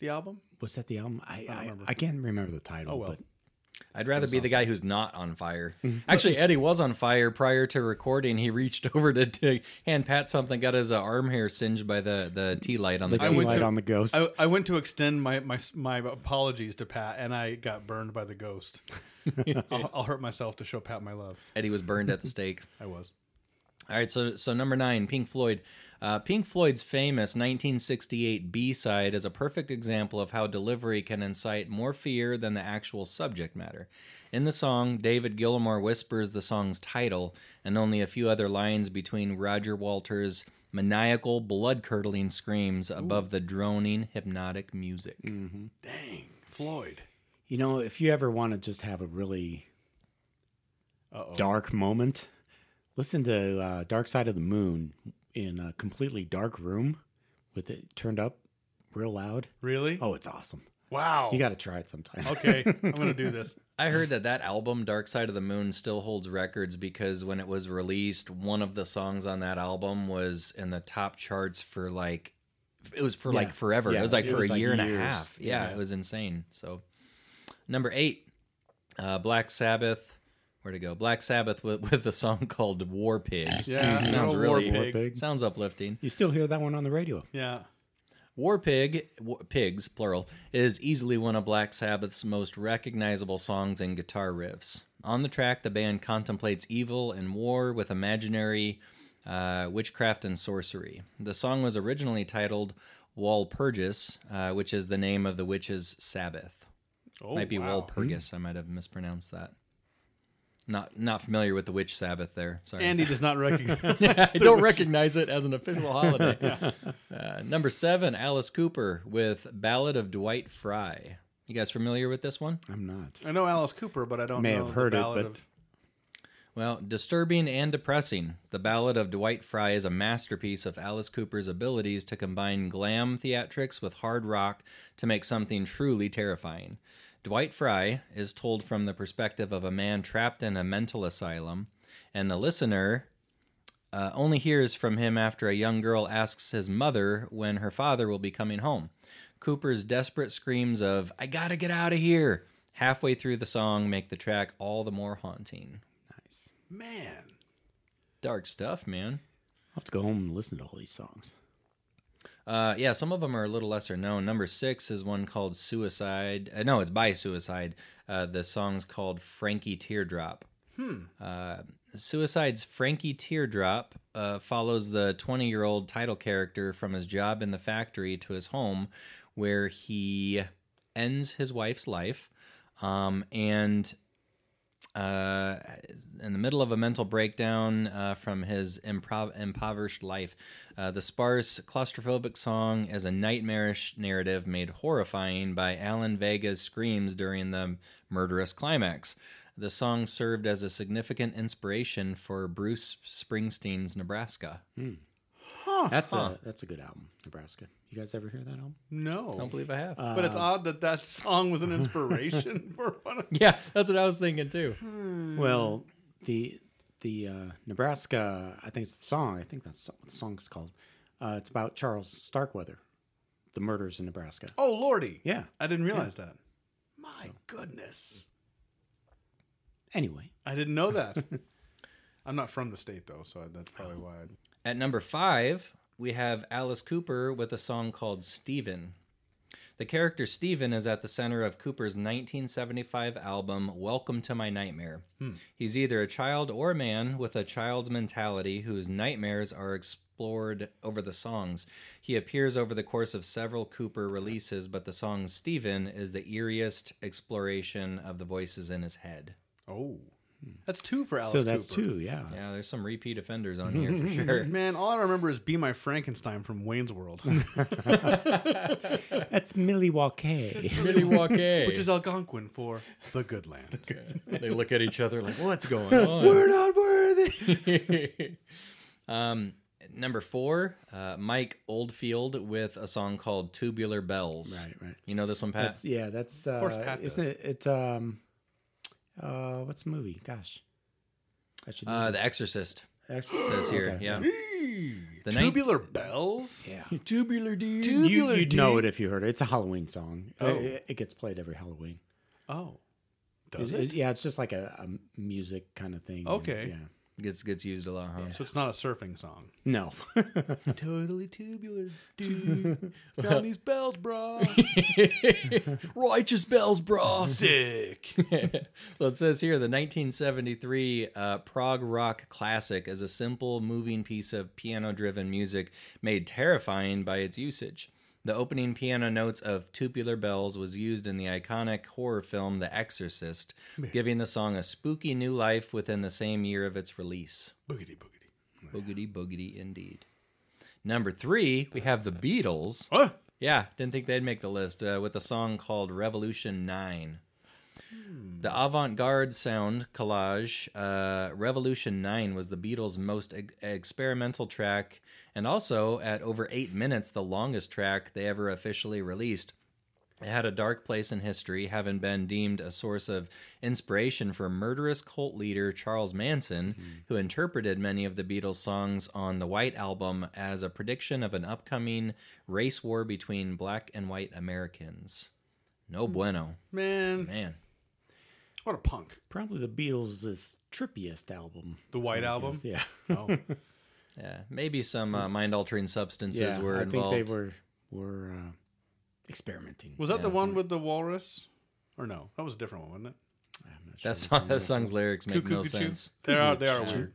Speaker 4: The album.
Speaker 2: was that the album? I I,
Speaker 4: remember. Oh,
Speaker 2: I can't remember the title,
Speaker 4: well.
Speaker 2: but
Speaker 3: I'd rather be the guy who's not on fire. Actually, Eddie was on fire prior to recording. He reached over to, to hand pat something, got his uh, arm hair singed by the, the tea light on the,
Speaker 2: The
Speaker 3: I
Speaker 2: tea
Speaker 3: would-
Speaker 4: went
Speaker 2: light
Speaker 4: to-
Speaker 2: on the ghost.
Speaker 4: I, I went to extend my, my my apologies to Pat, and I got burned by the ghost. I'll, I'll hurt myself to show Pat my love.
Speaker 3: Eddie was burned at the stake.
Speaker 4: I was.
Speaker 3: All right, so so number nine, Pink Floyd. Uh, Pink Floyd's famous 1968 B-side is a perfect example of how delivery can incite more fear than the actual subject matter. In the song, David Gilmour whispers the song's title and only a few other lines between Roger Walters' maniacal, blood-curdling screams above the droning, hypnotic music.
Speaker 4: Floyd.
Speaker 2: you know, if you ever want to just have a really
Speaker 4: Uh-oh.
Speaker 2: dark moment, listen to uh, Dark Side of the Moon in a completely dark room with it turned up real loud.
Speaker 4: Really?
Speaker 2: Oh, it's awesome.
Speaker 4: Wow.
Speaker 2: You got to try it sometime.
Speaker 4: Oh. okay, I'm gonna do this.
Speaker 3: I heard that that album, Dark Side of the Moon, still holds records because when it was released, one of the songs on that album was in the top charts for like, it was for
Speaker 2: Yeah.
Speaker 3: like forever.
Speaker 2: Yeah,
Speaker 3: It was like
Speaker 2: it
Speaker 3: for
Speaker 2: was
Speaker 3: a
Speaker 2: like
Speaker 3: year and
Speaker 2: years.
Speaker 3: a half. Yeah,
Speaker 2: Yeah.
Speaker 3: it was insane. So, number eight, uh, Black Sabbath. Where'd it go? Black Sabbath with, with a song called War Pig.
Speaker 4: Yeah,
Speaker 3: Sounds
Speaker 4: little
Speaker 3: really-
Speaker 4: war
Speaker 2: War
Speaker 4: pig.
Speaker 2: pig.
Speaker 3: Sounds uplifting.
Speaker 2: You still hear that one on the radio?
Speaker 4: Yeah.
Speaker 3: War Pig, w- pigs, plural, is easily one of Black Sabbath's most recognizable songs and guitar riffs. On the track, the band contemplates evil and war with imaginary uh, witchcraft and sorcery. The song was originally titled Walpurgis, uh, which is the name of the witch's Sabbath.
Speaker 4: Oh,
Speaker 3: might be
Speaker 4: wow.
Speaker 3: Walpurgis. I might have mispronounced that. Not not familiar with the witch Sabbath there. Sorry.
Speaker 4: Andy does not recognize.
Speaker 3: I don't recognize it as an official holiday. uh, number seven, Alice Cooper with Ballad of Dwight Fry. You guys familiar with this one?
Speaker 2: I'm not.
Speaker 4: I know Alice Cooper, but I don't
Speaker 2: May have
Speaker 4: know the
Speaker 2: heard it,
Speaker 4: ballad
Speaker 2: but-
Speaker 4: of-
Speaker 3: Well, disturbing and depressing, the Ballad of Dwight Fry is a masterpiece of Alice Cooper's abilities to combine glam theatrics with hard rock to make something truly terrifying. Dwight Fry is told from the perspective of a man trapped in a mental asylum, and the listener uh, only hears from him after a young girl asks his mother when her father will be coming home. Cooper's desperate screams of, I gotta get out of here, halfway through the song make the track all the more haunting.
Speaker 4: man.
Speaker 3: Dark stuff, man.
Speaker 2: I'll have to go home and listen to all these songs.
Speaker 3: Uh, yeah, some of them are a little lesser known. Number six is one called Suicide. Uh, no, it's by Suicide. Uh, the song's called Frankie Teardrop. Hmm. Uh, Suicide's Frankie Teardrop uh, follows the 20 year old title character from his job in the factory to his home, where he ends his wife's life. Um, and uh, in the middle of a mental breakdown uh, from his improv- impoverished life. Uh, the sparse, claustrophobic song is a nightmarish narrative made horrifying by Alan Vega's screams during the murderous climax. The song served as a significant inspiration for Bruce Springsteen's Nebraska.
Speaker 2: That's a that's a good album, Nebraska. You guys ever hear that album?
Speaker 4: No.
Speaker 3: I don't believe I have.
Speaker 4: but
Speaker 2: Uh,
Speaker 4: it's odd that that song was an inspiration for one of
Speaker 3: yeah, that's what I was thinking too.
Speaker 4: Mm.
Speaker 2: Well, the the uh, Nebraska, I think it's the song. I think that's what the song's called. Uh, it's about Charles Starkweather, the murders in Nebraska.
Speaker 4: Oh, Lordy.
Speaker 2: Yeah.
Speaker 4: I didn't realize that. My goodness.
Speaker 2: Anyway,
Speaker 4: I didn't know that. I'm not from the state, though, so that's probably
Speaker 2: Oh.
Speaker 4: why. I...
Speaker 3: At number five, we have Alice Cooper with a song called Steven. The character Steven is at the center of Cooper's 1975 album, Welcome to My Nightmare. He's either a child or a man with a child's mentality whose nightmares are explored over the songs. He appears over the course of several Cooper releases, but the song Steven is the eeriest exploration of the voices in his head.
Speaker 4: Oh. That's two for Alice
Speaker 2: Hmm. so that's
Speaker 4: Cooper.
Speaker 2: two. Yeah.
Speaker 3: Yeah, there's some repeat offenders on here for sure.
Speaker 4: Man, all I remember is Be My Frankenstein from Wayne's World, which
Speaker 2: That's Millie Walker.
Speaker 3: Millie Walker.
Speaker 4: is Algonquin for The Good Land.
Speaker 3: they look at each other like, "What's going on?" We're not worthy. um, number four, uh, Mike Oldfield with a song called "Tubular Bells."
Speaker 2: Right, right.
Speaker 3: You know this one, Pat?
Speaker 2: That's yeah. That's uh,
Speaker 4: course Pat
Speaker 2: isn't
Speaker 4: does.
Speaker 2: it? It's um, uh, what's the movie? Gosh, I should.
Speaker 3: uh,
Speaker 2: know
Speaker 3: The Exorcist
Speaker 2: this. Actually-
Speaker 3: says here.
Speaker 2: Okay.
Speaker 3: Yeah, The nine-
Speaker 4: Tubular Bells?
Speaker 2: Yeah.
Speaker 3: tubular dude.
Speaker 2: You,
Speaker 4: Tubular
Speaker 2: you'd know
Speaker 4: D-
Speaker 2: it if you heard it. It's a Halloween song.
Speaker 4: Oh.
Speaker 2: It, it gets played every Halloween.
Speaker 4: Oh. Does
Speaker 2: It's-
Speaker 4: it?
Speaker 2: it- yeah, it's just like a, a music kind of thing.
Speaker 4: Okay.
Speaker 2: Yeah.
Speaker 3: Gets gets used a lot, huh?
Speaker 4: So it's not a surfing song.
Speaker 2: No.
Speaker 4: totally tubular, dude. Found these bells, bro.
Speaker 3: Righteous bells, bro.
Speaker 4: Sick.
Speaker 3: well, it says here the 1973 uh, prog rock classic is a simple, moving piece of piano driven music made terrifying by its usage. The opening piano notes of Tubular Bells was used in the iconic horror film The Exorcist, giving the song a spooky new life within the same year of its release.
Speaker 4: Boogity boogity.
Speaker 3: Boogity boogity indeed. Number three, we have the Beatles.
Speaker 4: Huh?
Speaker 3: Yeah, didn't think they'd make the list uh, with a song called Revolution 9. The avant garde sound collage, uh, Revolution 9 was the Beatles' most e- experimental track, and also, at over eight minutes, the longest track they ever officially released. It had a dark place in history, having been deemed a source of inspiration for murderous cult leader Charles Manson,
Speaker 2: Hmm.
Speaker 3: who interpreted many of the Beatles' songs on the White Album as a prediction of an upcoming race war between black and white Americans. No
Speaker 2: Hmm.
Speaker 3: bueno,
Speaker 4: Man,
Speaker 3: man.
Speaker 4: what a punk.
Speaker 2: Probably the Beatles' trippiest album.
Speaker 4: The White Album.
Speaker 2: Yeah.
Speaker 4: Oh.
Speaker 3: Yeah, maybe some uh, mind altering substances
Speaker 2: yeah.
Speaker 3: were
Speaker 2: I
Speaker 3: involved.
Speaker 2: think they were were uh, experimenting.
Speaker 4: Was that the
Speaker 3: Yeah.
Speaker 4: one with the walrus? Or no, that was a different one, wasn't it?
Speaker 2: I'm not
Speaker 3: that,
Speaker 2: sure.
Speaker 3: song, that song's lyrics make
Speaker 4: Cuckoo,
Speaker 3: no
Speaker 4: cuckoo.
Speaker 3: sense.
Speaker 4: They are they are
Speaker 2: Cuckoo.
Speaker 4: weird.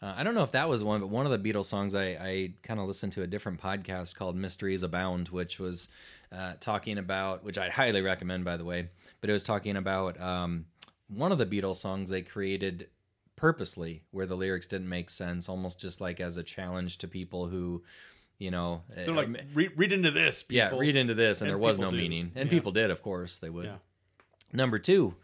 Speaker 3: Uh, I don't know if that was one, but one of the Beatles songs I, I kind of listened to a different podcast called Mysteries Abound, which was uh, talking about, which I highly recommend, by the way, but it was talking about um, one of the Beatles songs they created purposely where the lyrics didn't make sense, almost just like as a challenge to people who, you know, uh,
Speaker 4: They're like "Re- read into this.
Speaker 3: yeah,
Speaker 4: people."
Speaker 3: read into this, and,
Speaker 4: And
Speaker 3: there was
Speaker 4: people
Speaker 3: no
Speaker 4: do.
Speaker 3: meaning. And
Speaker 4: Yeah.
Speaker 3: people did, of course, they would.
Speaker 4: Yeah.
Speaker 3: Number two,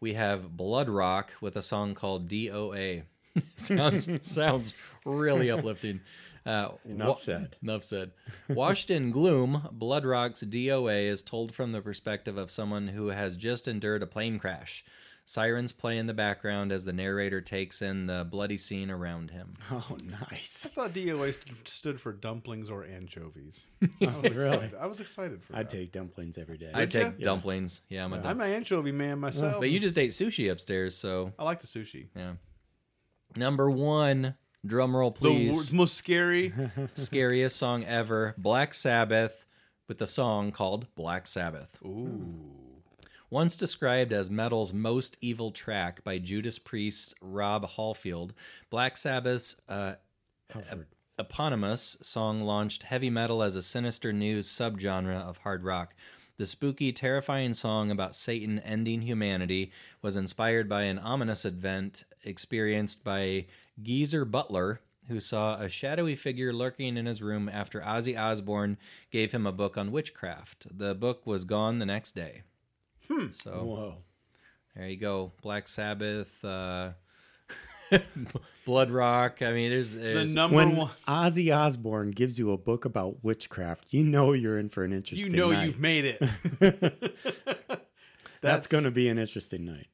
Speaker 3: we have Blood Rock with a song called DOA. sounds sounds really uplifting. Uh,
Speaker 2: Enough said.
Speaker 3: Enough said. Washed in gloom, Blood Rock's DOA is told from the perspective of someone who has just endured a plane crash. Sirens play in the background as the narrator takes in the bloody scene around him.
Speaker 2: Oh, nice.
Speaker 4: I thought DOA st- stood for dumplings or anchovies.
Speaker 2: Oh, really?
Speaker 4: I was excited for that.
Speaker 2: I'd take dumplings every day.
Speaker 3: I take
Speaker 4: ya?
Speaker 3: dumplings. Yeah, I'm a
Speaker 4: I'm
Speaker 3: dump.
Speaker 4: an anchovy man myself.
Speaker 3: But you just ate sushi upstairs, so
Speaker 4: I like the sushi.
Speaker 3: yeah. Number one, drum roll,
Speaker 4: The
Speaker 3: please.
Speaker 4: wor- most scary.
Speaker 3: scariest song ever, Black Sabbath, with a song called Black Sabbath.
Speaker 4: Ooh.
Speaker 3: Once described as metal's most evil track by Judas Priest's Rob Halfield, Black Sabbath's uh,
Speaker 2: Comfort.
Speaker 3: eponymous song launched heavy metal as a sinister new subgenre of hard rock. The spooky, terrifying song about Satan ending humanity was inspired by an ominous event experienced by Geezer Butler, who saw a shadowy figure lurking in his room after Ozzy Osbourne gave him a book on witchcraft. The book was gone the next day. So
Speaker 2: Whoa.
Speaker 3: there you go, Black Sabbath, uh, Blood Rock. I mean, there's,
Speaker 4: The
Speaker 3: there's
Speaker 4: number
Speaker 2: When
Speaker 4: one.
Speaker 2: Ozzy Osbourne gives you a book about witchcraft, you know you're in for an
Speaker 4: You
Speaker 2: interesting
Speaker 4: know
Speaker 2: night.
Speaker 4: you've made it.
Speaker 2: That's going to be an interesting night.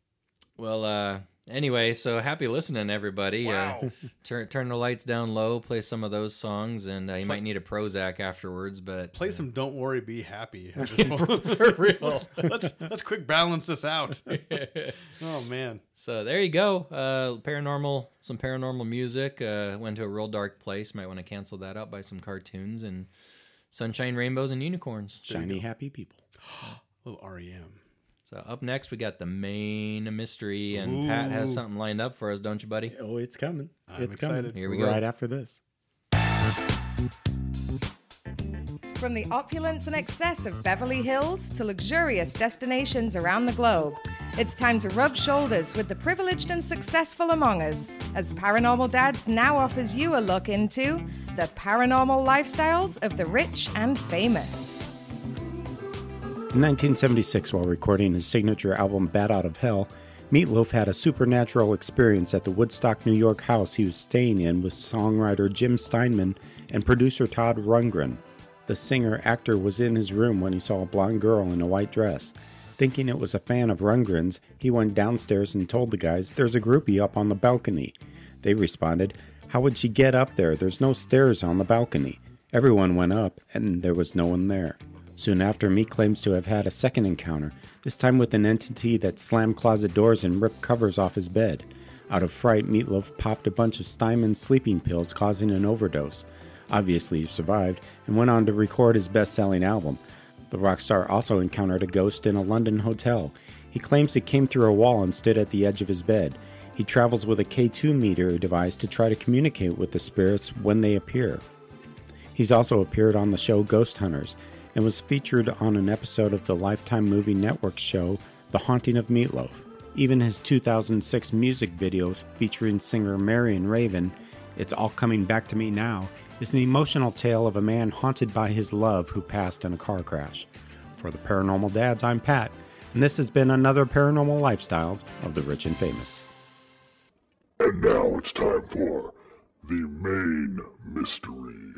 Speaker 3: Well, uh, anyway, so happy listening, everybody. Uh,
Speaker 4: Wow.
Speaker 3: turn turn the lights down low, play some of those songs, and uh, you might need a Prozac afterwards. But
Speaker 4: Play some "Don't Worry, Be Happy." at this moment.
Speaker 3: for real.
Speaker 4: let's let's quick balance this out. oh man,
Speaker 3: so there you go. Uh, paranormal, some paranormal music. Uh, went to a real dark place. Might want to cancel that out by some cartoons and sunshine, rainbows, and unicorns.
Speaker 2: Shiny, happy people.
Speaker 4: little E REM.
Speaker 3: So up next, we got the main mystery, and Pat has
Speaker 4: Ooh.
Speaker 3: something lined up for us, don't you, buddy?
Speaker 2: Oh, it's coming.
Speaker 4: I'm
Speaker 2: it's
Speaker 4: excited.
Speaker 2: coming.
Speaker 3: Here we go.
Speaker 2: Right after this.
Speaker 6: From the opulence and excess of Beverly Hills to luxurious destinations around the globe, it's time to rub shoulders with the privileged and successful among us as Paranormal Dads now offers you a look into the paranormal lifestyles of the rich and famous.
Speaker 2: In 1976, while recording his signature album Bat Out of Hell, Meatloaf had a supernatural experience at the Woodstock, New York house he was staying in with songwriter Jim Steinman and producer Todd Rundgren. The singer actor was in his room when he saw a blonde girl in a white dress. Thinking it was a fan of Rundgren's, he went downstairs and told the guys, There's a groupie up on the balcony. They responded, How would she get up there? There's no stairs on the balcony. Everyone went up, and there was no one there. Soon after, Meek claims to have had a second encounter, this time with an entity that slammed closet doors and ripped covers off his bed. Out of fright, Meatloaf popped a bunch of Steinman sleeping pills, causing an overdose. Obviously, he survived and went on to record his best selling album. The rock star also encountered a ghost in a London hotel. He claims it came through a wall and stood at the edge of his bed. He travels with a K2 meter device to try to communicate with the spirits when they appear. He's also appeared on the show Ghost Hunters and was featured on an episode of the Lifetime Movie Network show The Haunting of Meatloaf. Even his 2006 music video featuring singer Marion Raven, It's All Coming Back to Me Now, is an emotional tale of a man haunted by his love who passed in a car crash. For the Paranormal Dads, I'm Pat, and this has been another Paranormal Lifestyles of the Rich and Famous.
Speaker 7: And now it's time for the main mystery.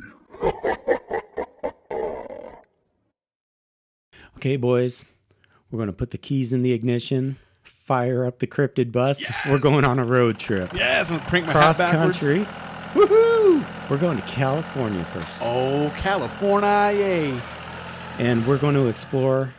Speaker 2: Okay, boys, we're going to put the keys in the ignition, fire up the cryptid bus. We're going on a road trip.
Speaker 4: Yes, I'm gonna crank my
Speaker 2: Cross
Speaker 4: hat backwards.
Speaker 2: country.
Speaker 4: Woohoo!
Speaker 2: We're going to California first.
Speaker 4: Oh, California! Yay.
Speaker 2: And we're going to explore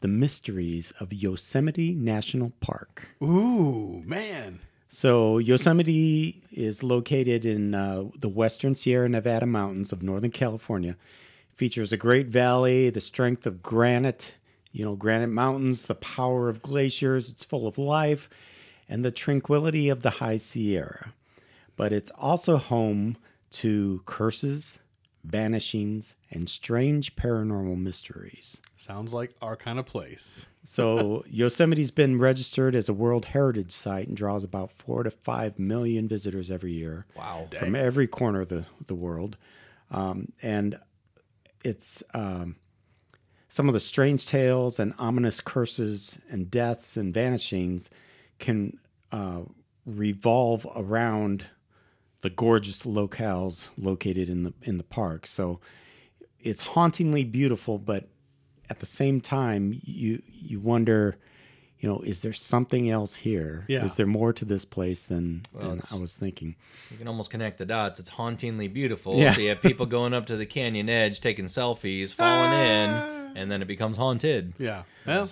Speaker 2: the mysteries of Yosemite National Park.
Speaker 4: Ooh, man.
Speaker 2: So, Yosemite is located in uh, the western Sierra Nevada mountains of Northern California. Features a great valley, the strength of granite, you know, granite mountains, the power of glaciers. It's full of life and the tranquility of the high Sierra. But it's also home to curses, vanishings, and strange paranormal mysteries.
Speaker 4: Sounds like our kind of place.
Speaker 2: So Yosemite's been registered as a World Heritage Site and draws about four to five million visitors every year
Speaker 3: Wow.
Speaker 2: from every corner of the, the world. Um, and it's um, some of the strange tales and ominous curses and deaths and vanishings can uh, revolve around the gorgeous locales located in the in the park. So it's hauntingly beautiful, but at the same time, you you wonder, you know, is there something else here?
Speaker 4: Yeah.
Speaker 2: Is there more to this place than than
Speaker 3: it's-
Speaker 2: I was thinking?
Speaker 3: You can almost connect the dots. It's hauntingly beautiful.
Speaker 2: Yeah.
Speaker 3: So you have people going up to the canyon edge, taking selfies,
Speaker 2: Ah.
Speaker 3: falling in, and then it becomes haunted.
Speaker 4: Yeah. Well,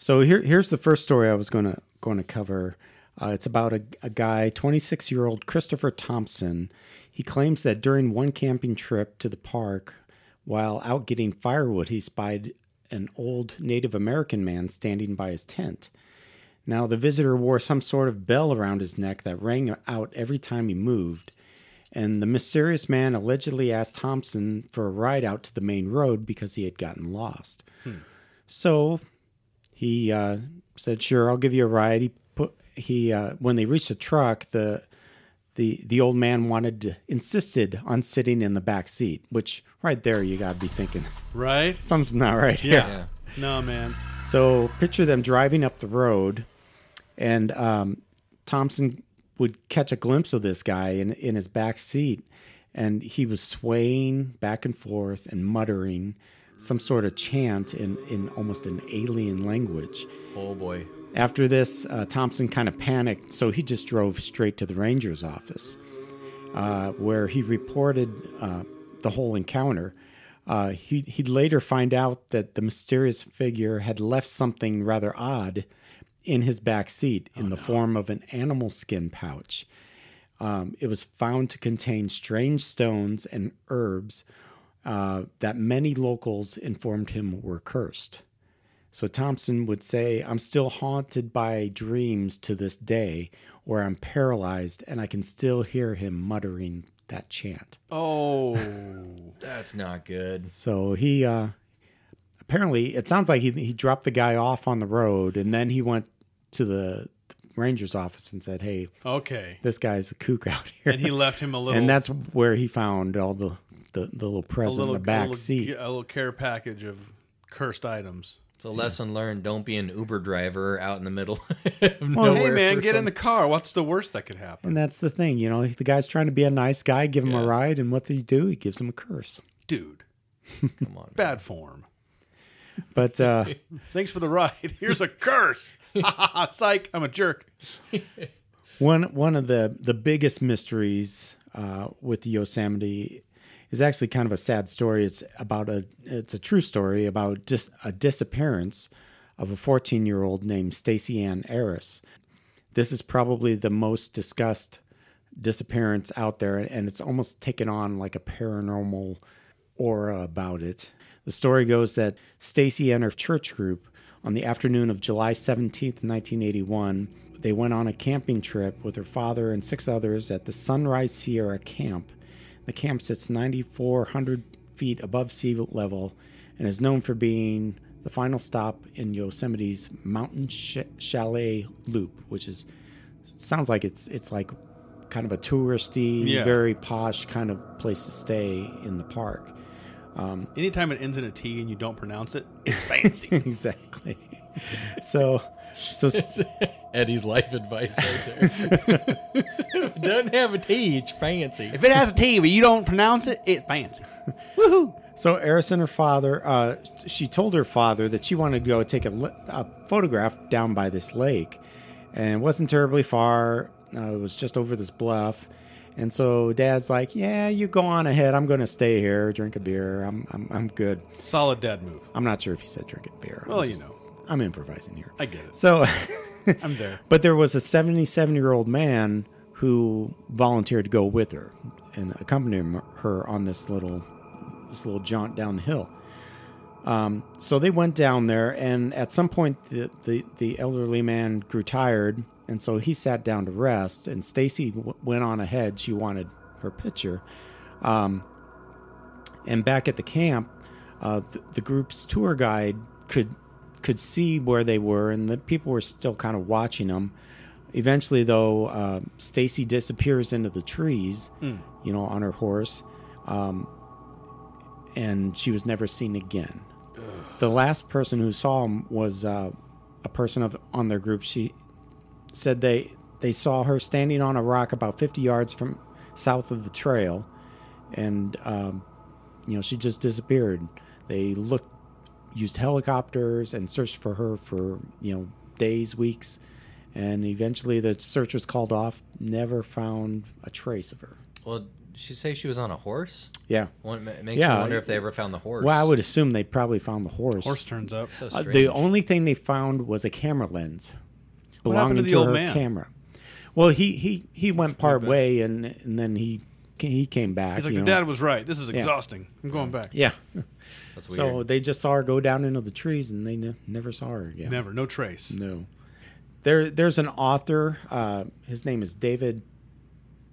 Speaker 2: So here, here's the first story I was going to going to cover. Uh, it's about a, a guy, 26 year old Christopher Thompson. He claims that during one camping trip to the park, while out getting firewood, he spied an old Native American man standing by his tent. Now the visitor wore some sort of bell around his neck that rang out every time he moved. And the mysterious man allegedly asked Thompson for a ride out to the main road because he had gotten lost. So he uh, said, "Sure, I'll give you a ride." He put he uh, when they reached the truck, the the the old man wanted to, insisted on sitting in the back seat, which right there you gotta be thinking
Speaker 4: right?
Speaker 2: something's not right here.
Speaker 4: Yeah. No, man.
Speaker 2: So picture them driving up the road, and um, Thompson would catch a glimpse of this guy in in his back seat, and he was swaying back and forth and muttering some sort of chant in in almost an alien language.
Speaker 3: Oh boy.
Speaker 2: After this, uh, Thompson kind of panicked, so he just drove straight to the ranger's office, uh, where he reported uh, the whole encounter. Uh, he, he'd later find out that the mysterious figure had left something rather odd in his back seat in the form of an animal skin pouch. Um, it was found to contain strange stones and herbs uh, that many locals informed him were cursed. So Thompson would say, I'm still haunted by dreams to this day, or I'm paralyzed and I can still hear him muttering that chant.
Speaker 4: Oh.
Speaker 3: That's not good.
Speaker 2: So he uh, apparently, it sounds like he, he dropped the guy off on the road and then he went to the ranger's office and said, Hey,
Speaker 4: Okay.
Speaker 2: this guy's a kook out here.
Speaker 4: And he left him a little.
Speaker 2: and that's where he found all the, the, the little
Speaker 4: a
Speaker 2: present
Speaker 4: little
Speaker 2: in the back
Speaker 4: a little,
Speaker 2: seat.
Speaker 4: A little care package of cursed items.
Speaker 3: It's a lesson learned. Don't be an Uber driver out in the middle of
Speaker 2: Well,
Speaker 3: nowhere.
Speaker 4: hey, man,
Speaker 3: for
Speaker 4: get in
Speaker 3: some-
Speaker 4: the car. What's the worst that could happen?
Speaker 2: And that's the thing, you know, the guy's trying to be a nice guy, give him
Speaker 4: Yeah.
Speaker 2: a ride, and what do you do? He gives him a curse.
Speaker 4: Dude,
Speaker 3: Come on, man.
Speaker 4: bad form.
Speaker 2: But uh,
Speaker 4: Thanks for the ride. Here's a curse. Psych. I'm a jerk.
Speaker 2: One one of the the biggest mysteries uh, with Yosemite is actually kind of a sad story. It's about a it's a true story about just a disappearance of a 14 year old named Stacy Ann Harris. This is probably the most discussed disappearance out there, and it's almost taken on like a paranormal aura about it. The story goes that Stacy and her church group on the afternoon of July 17th, 1981, they went on a camping trip with her father and six others at the Sunrise Sierra Camp. The camp sits 9,400 feet above sea level and is known for being the final stop in Yosemite's Mountain Ch- Chalet Loop, which is sounds like it's it's like kind of a touristy,
Speaker 4: Yeah.
Speaker 2: very posh kind of place to stay in the park.
Speaker 4: Anytime it ends in a T and you don't pronounce it, it's fancy.
Speaker 2: exactly. So, so
Speaker 3: Eddie's life advice right there. If it doesn't have a T, it's fancy.
Speaker 4: if it has a T but you don't pronounce it, it's fancy.
Speaker 2: So Eris and her father, uh, she told her father that she wanted to go take a, li- a photograph down by this lake, and it wasn't terribly far. Uh, it was just over this bluff, and so Dad's like, "Yeah, you go on ahead. I'm going to stay here, drink a beer. I'm I'm, I'm good.
Speaker 4: Solid dad move.
Speaker 2: I'm not sure if he said drink a beer. I'm
Speaker 4: Well, you
Speaker 2: just-
Speaker 4: know.
Speaker 2: I'm improvising here.
Speaker 4: I get it.
Speaker 2: So,
Speaker 4: I'm there.
Speaker 2: But there was a 77 year old man who volunteered to go with her and accompany her on this little this little jaunt down the hill. Um, so they went down there, and at some point, the, the the elderly man grew tired, and so he sat down to rest. And Stacy w- went on ahead; she wanted her picture. Um, and back at the camp, uh, the, the group's tour guide could could see where they were, and the people were still kind of watching them. Eventually, though, uh, Stacy disappears into the trees, you know, on her horse, um, and she was never seen again. The last person who saw him was uh, a person of on their group. She said they they saw her standing on a rock about 50 yards from south of the trail, and um, you know, she just disappeared. They looked, used helicopters and searched for her for, you know, days, weeks, and eventually the search was called off, never found a trace of her.
Speaker 3: Well, did she say she was on a horse?
Speaker 2: Yeah.
Speaker 3: One, it makes
Speaker 2: Yeah.
Speaker 3: me wonder if they ever found the horse.
Speaker 2: Well, I would assume they probably found the horse.
Speaker 4: Horse turns up.
Speaker 3: So
Speaker 2: Uh,
Speaker 3: strange.
Speaker 2: the only thing they found was a camera lens
Speaker 4: What happened
Speaker 2: belonging
Speaker 4: to the
Speaker 2: to,
Speaker 4: old
Speaker 2: her
Speaker 4: man?
Speaker 2: camera. Well, he he he went part
Speaker 4: back.
Speaker 2: way and and then he he came back.
Speaker 4: He's like,
Speaker 2: you
Speaker 4: the
Speaker 2: know.
Speaker 4: dad was right. This is exhausting. I'm going back.
Speaker 2: Yeah.
Speaker 3: That's weird.
Speaker 2: So they just saw her go down into the trees and they ne- never saw her again.
Speaker 4: Never. No trace.
Speaker 2: No. There, there's an author. Uh, his name is David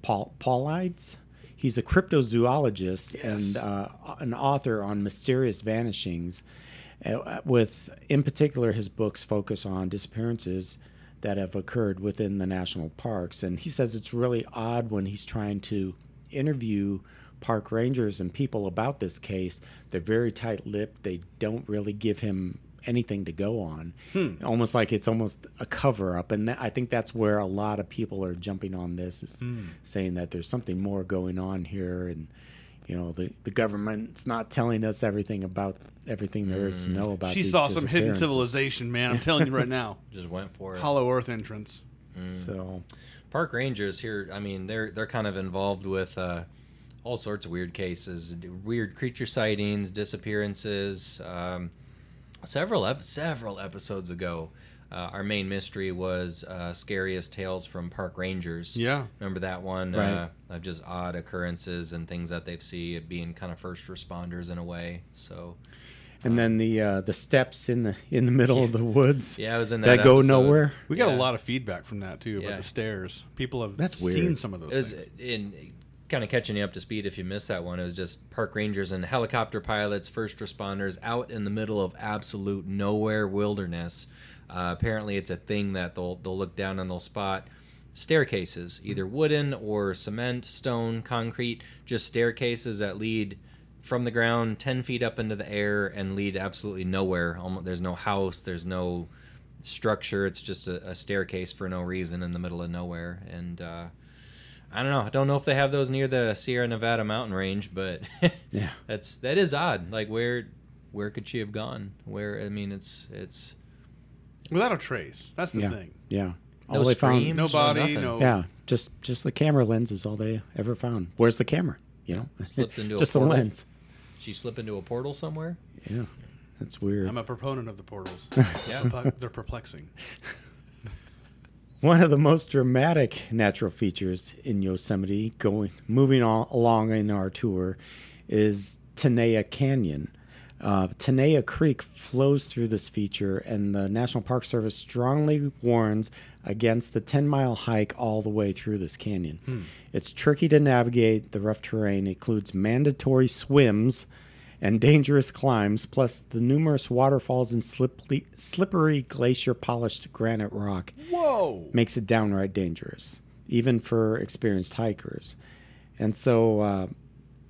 Speaker 2: Paul, Paulides. He's a cryptozoologist and uh, an author on mysterious vanishings. uh, With, in particular, his books focus on disappearances that have occurred within the national parks. And he says it's really odd when he's trying to interview park rangers and people about this case. They're very tight lipped. They don't really give him anything to go on. Almost like it's almost a cover up. And that, I think that's where a lot of people are jumping on this, is saying that there's something more going on here. And, you know, the, the government's not telling us everything about everything there is to know about
Speaker 4: Mm. She
Speaker 2: these
Speaker 4: saw some hidden
Speaker 2: disappearances.
Speaker 4: civilization, man. I'm telling you right now.
Speaker 3: just went for it.
Speaker 4: Hollow Earth entrance.
Speaker 2: So,
Speaker 3: Park rangers here. I mean, they're they're kind of involved with uh, all sorts of weird cases, weird creature sightings, disappearances. Um, several ep- several episodes ago, uh, our main mystery was uh, scariest tales from park rangers.
Speaker 4: Yeah.
Speaker 3: Remember that one
Speaker 2: Right.
Speaker 3: uh, of just odd occurrences and things that they've seen being kind of first responders in a way. So
Speaker 2: and then the uh, the steps in the in the middle of the woods
Speaker 3: yeah, I was in that,
Speaker 2: that go
Speaker 3: episode.
Speaker 2: nowhere.
Speaker 4: We got
Speaker 3: Yeah.
Speaker 4: a lot of feedback from that too
Speaker 3: Yeah.
Speaker 4: about the stairs. People have
Speaker 2: That's weird.
Speaker 4: seen some of those
Speaker 3: It was
Speaker 4: things.
Speaker 3: in kind of catching you up to speed if you missed that one. It was just park rangers and helicopter pilots, first responders out in the middle of absolute nowhere wilderness. Uh, apparently, it's a thing that they'll they'll look down and they'll spot staircases, either wooden or cement, stone, concrete, just staircases that lead from the ground 10 feet up into the air and lead absolutely nowhere. Almo- There's no house, there's no structure. It's just a, a staircase for no reason in the middle of nowhere. And uh, I don't know. I don't know if they have those near the Sierra Nevada mountain range, but
Speaker 2: Yeah.
Speaker 3: that's that is odd. Like where where could she have gone? Where I mean, it's it's
Speaker 4: Without a trace. That's the
Speaker 2: Yeah.
Speaker 4: thing.
Speaker 2: Yeah.
Speaker 3: no
Speaker 2: they
Speaker 3: stream,
Speaker 2: found
Speaker 4: No
Speaker 3: there's
Speaker 4: body,
Speaker 3: nothing.
Speaker 4: no-
Speaker 2: Yeah, just just the camera lens is all they ever found. Where's the camera? you know,
Speaker 3: Slipped into a
Speaker 2: just the
Speaker 3: portal.
Speaker 2: lens.
Speaker 3: She slip into a portal somewhere.
Speaker 2: Yeah, that's weird.
Speaker 4: I'm a proponent of the portals.
Speaker 3: Yeah.
Speaker 4: Perplex- They're perplexing.
Speaker 2: One of the most dramatic natural features in Yosemite, going moving on, along in our tour, is Tenaya Canyon. Uh, Tenaya Creek flows through this feature, and the National Park Service strongly warns against the 10 mile hike all the way through this canyon. It's tricky to navigate. The rough terrain includes mandatory swims and dangerous climbs, plus the numerous waterfalls and slippery, slippery glacier polished granite rock
Speaker 4: Whoa.
Speaker 2: makes it downright dangerous, even for experienced hikers. And so, uh,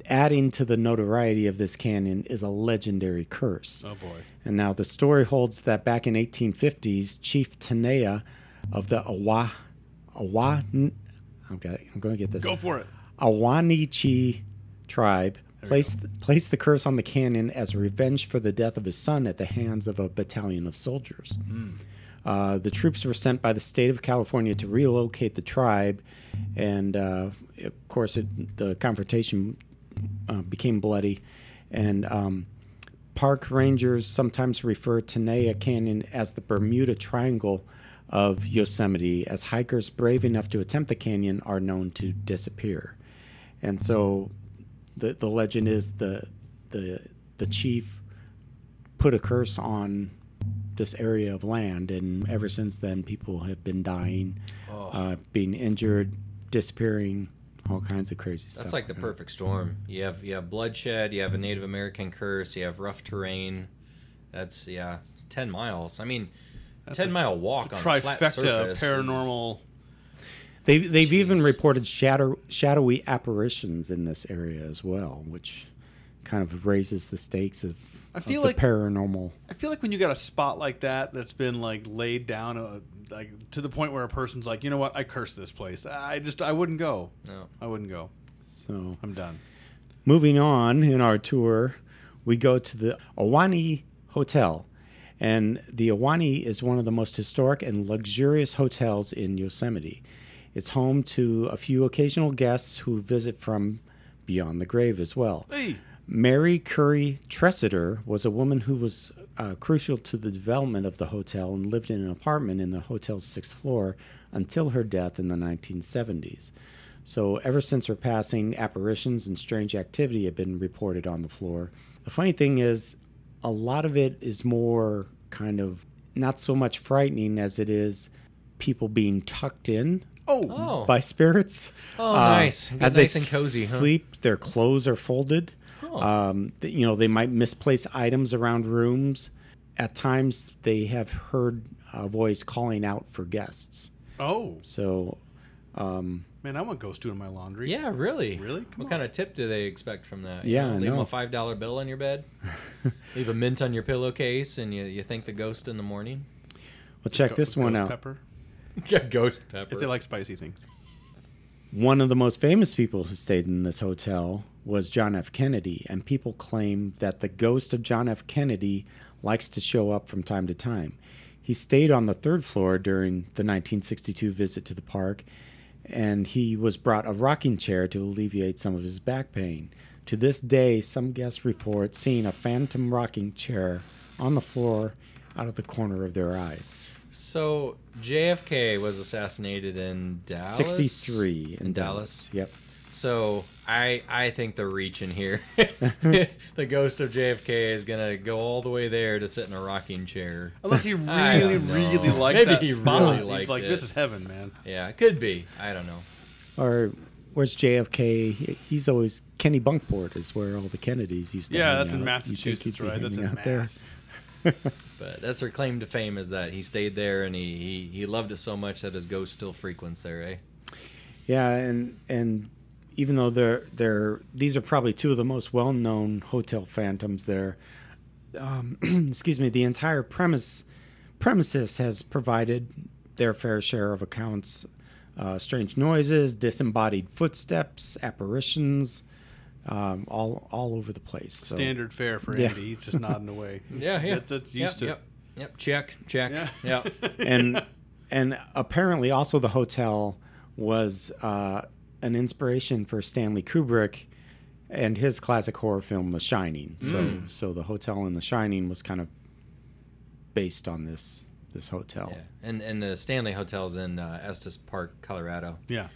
Speaker 2: adding to the notoriety of this canyon is a legendary curse.
Speaker 4: Oh boy.
Speaker 2: And now the story holds that back in 1850s, Chief Tenaya of the Awa, Awa, I'm gonna, I'm going to get this.
Speaker 4: Go for it.
Speaker 2: Awanichi tribe placed placed the curse on the canyon as revenge for the death of his son at the hands of a battalion of soldiers. Uh, the troops were sent by the state of California to relocate the tribe, and uh, of course, it, the confrontation uh, became bloody. And um, park rangers sometimes refer to Tenaya Canyon as the Bermuda Triangle of Yosemite, as hikers brave enough to attempt the canyon are known to disappear. And so, the the legend is the the the chief put a curse on this area of land, and ever since then, people have been dying,
Speaker 3: Oh.
Speaker 2: uh, being injured, disappearing, all kinds of crazy stuff.
Speaker 3: That's like the perfect storm. You have you have bloodshed. You have a Native American curse. You have rough terrain. That's yeah, ten miles. I mean, ten mile walk on a flat
Speaker 4: Trifecta of
Speaker 3: surface. is-
Speaker 4: paranormal.
Speaker 2: They've they've even
Speaker 3: Jeez.
Speaker 2: reported shadow shadowy apparitions in this area as well, which kind of raises the stakes of,
Speaker 4: I
Speaker 2: of
Speaker 4: feel
Speaker 2: the
Speaker 4: like-
Speaker 2: paranormal.
Speaker 4: I feel like when you got a spot like that that's been like laid down uh, like to the point where a person's like, you know what, I curse this place. I just I wouldn't go.
Speaker 3: No.
Speaker 4: I wouldn't go.
Speaker 2: So
Speaker 4: I'm done.
Speaker 2: moving on in our tour, we go to the Awani Hotel. And the Awani is one of the most historic and luxurious hotels in Yosemite. It's home to a few occasional guests who visit from beyond the grave as well.
Speaker 4: Hey.
Speaker 2: Mary Curry Tressiter was a woman who was uh, crucial to the development of the hotel and lived in an apartment in the hotel's sixth floor until her death in the 1970s. So, ever since her passing, apparitions and strange activity have been reported on the floor. The funny thing is, a lot of it is more kind of not so much frightening as it is people being tucked in
Speaker 4: Oh.
Speaker 3: Oh,
Speaker 2: by spirits.
Speaker 3: Oh,
Speaker 2: Uh,
Speaker 3: nice. Get
Speaker 2: As
Speaker 3: nice
Speaker 2: they
Speaker 3: and cozy, huh?
Speaker 2: sleep, their clothes are folded.
Speaker 3: Oh.
Speaker 2: Um, th- you know, they might misplace items around rooms. At times, they have heard a voice calling out for guests.
Speaker 4: Oh.
Speaker 2: So,
Speaker 4: Man, I want ghosts doing my laundry.
Speaker 3: yeah, really.
Speaker 4: Really? Come
Speaker 3: what
Speaker 4: on.
Speaker 3: kind of tip do they expect from that?
Speaker 2: Yeah, I
Speaker 3: leave 'em
Speaker 2: know.
Speaker 3: a five dollar bill on your bed. leave a mint on your pillowcase, and you you thank the ghost in the morning.
Speaker 2: well, check
Speaker 4: Go-
Speaker 2: this one
Speaker 4: ghost
Speaker 2: out.
Speaker 4: Pepper.
Speaker 3: Yeah, ghost pepper.
Speaker 4: If they like spicy things.
Speaker 2: One of the most famous people who stayed in this hotel was John F. Kennedy, and people claim that the ghost of John F. Kennedy likes to show up from time to time. He stayed on the third floor during the 1962 visit to the park, and he was brought a rocking chair to alleviate some of his back pain. To this day, some guests report seeing a phantom rocking chair on the floor out of the corner of their eye.
Speaker 3: so JFK was assassinated in Dallas.
Speaker 2: 63 in,
Speaker 3: In
Speaker 2: Dallas.
Speaker 3: Dallas.
Speaker 2: Yep.
Speaker 3: So I I think the reach in here. the ghost of JFK is gonna go all the way there to sit in a rocking chair.
Speaker 4: Unless he
Speaker 3: I
Speaker 4: really,
Speaker 3: don't know.
Speaker 4: really liked
Speaker 3: Maybe
Speaker 4: that
Speaker 3: he
Speaker 4: spot.
Speaker 3: really
Speaker 4: He's
Speaker 3: liked
Speaker 4: like,
Speaker 3: it.
Speaker 4: this is heaven, man.
Speaker 3: Yeah, it could be. I don't know.
Speaker 2: or where's JFK? He- He's always Kenny Bunkport is where all the Kennedys used to.
Speaker 4: Yeah,
Speaker 2: hang
Speaker 4: that's in
Speaker 2: out. You'd think he'd
Speaker 4: Massachusetts,
Speaker 2: be
Speaker 4: right? That's
Speaker 2: hanging
Speaker 4: in
Speaker 2: out there.
Speaker 4: Mass.
Speaker 3: But that's her claim to fame is that he stayed there and he, he, he loved it so much that his ghost still frequents there, eh?
Speaker 2: Yeah, and and even though they're they're these are probably two of the most well known hotel phantoms there. Um, excuse me. The entire premise premises has provided their fair share of accounts. Uh, strange noises, disembodied footsteps, apparitions, um, all all over the place. So-
Speaker 4: Standard fare for
Speaker 2: Yeah.
Speaker 4: Andy. He's just nodding away. That's, that's
Speaker 3: yep,
Speaker 4: used to.
Speaker 3: Yep, yep. Check, check.
Speaker 4: Yeah.
Speaker 3: Yep.
Speaker 2: and and apparently also the hotel was uh, an inspiration for Stanley Kubrick and his classic horror film, The Shining. So, so the hotel in The Shining was kind of based on this this hotel.
Speaker 3: Yeah. And and the Stanley Hotel's in uh, Estes Park, Colorado.
Speaker 4: Yeah.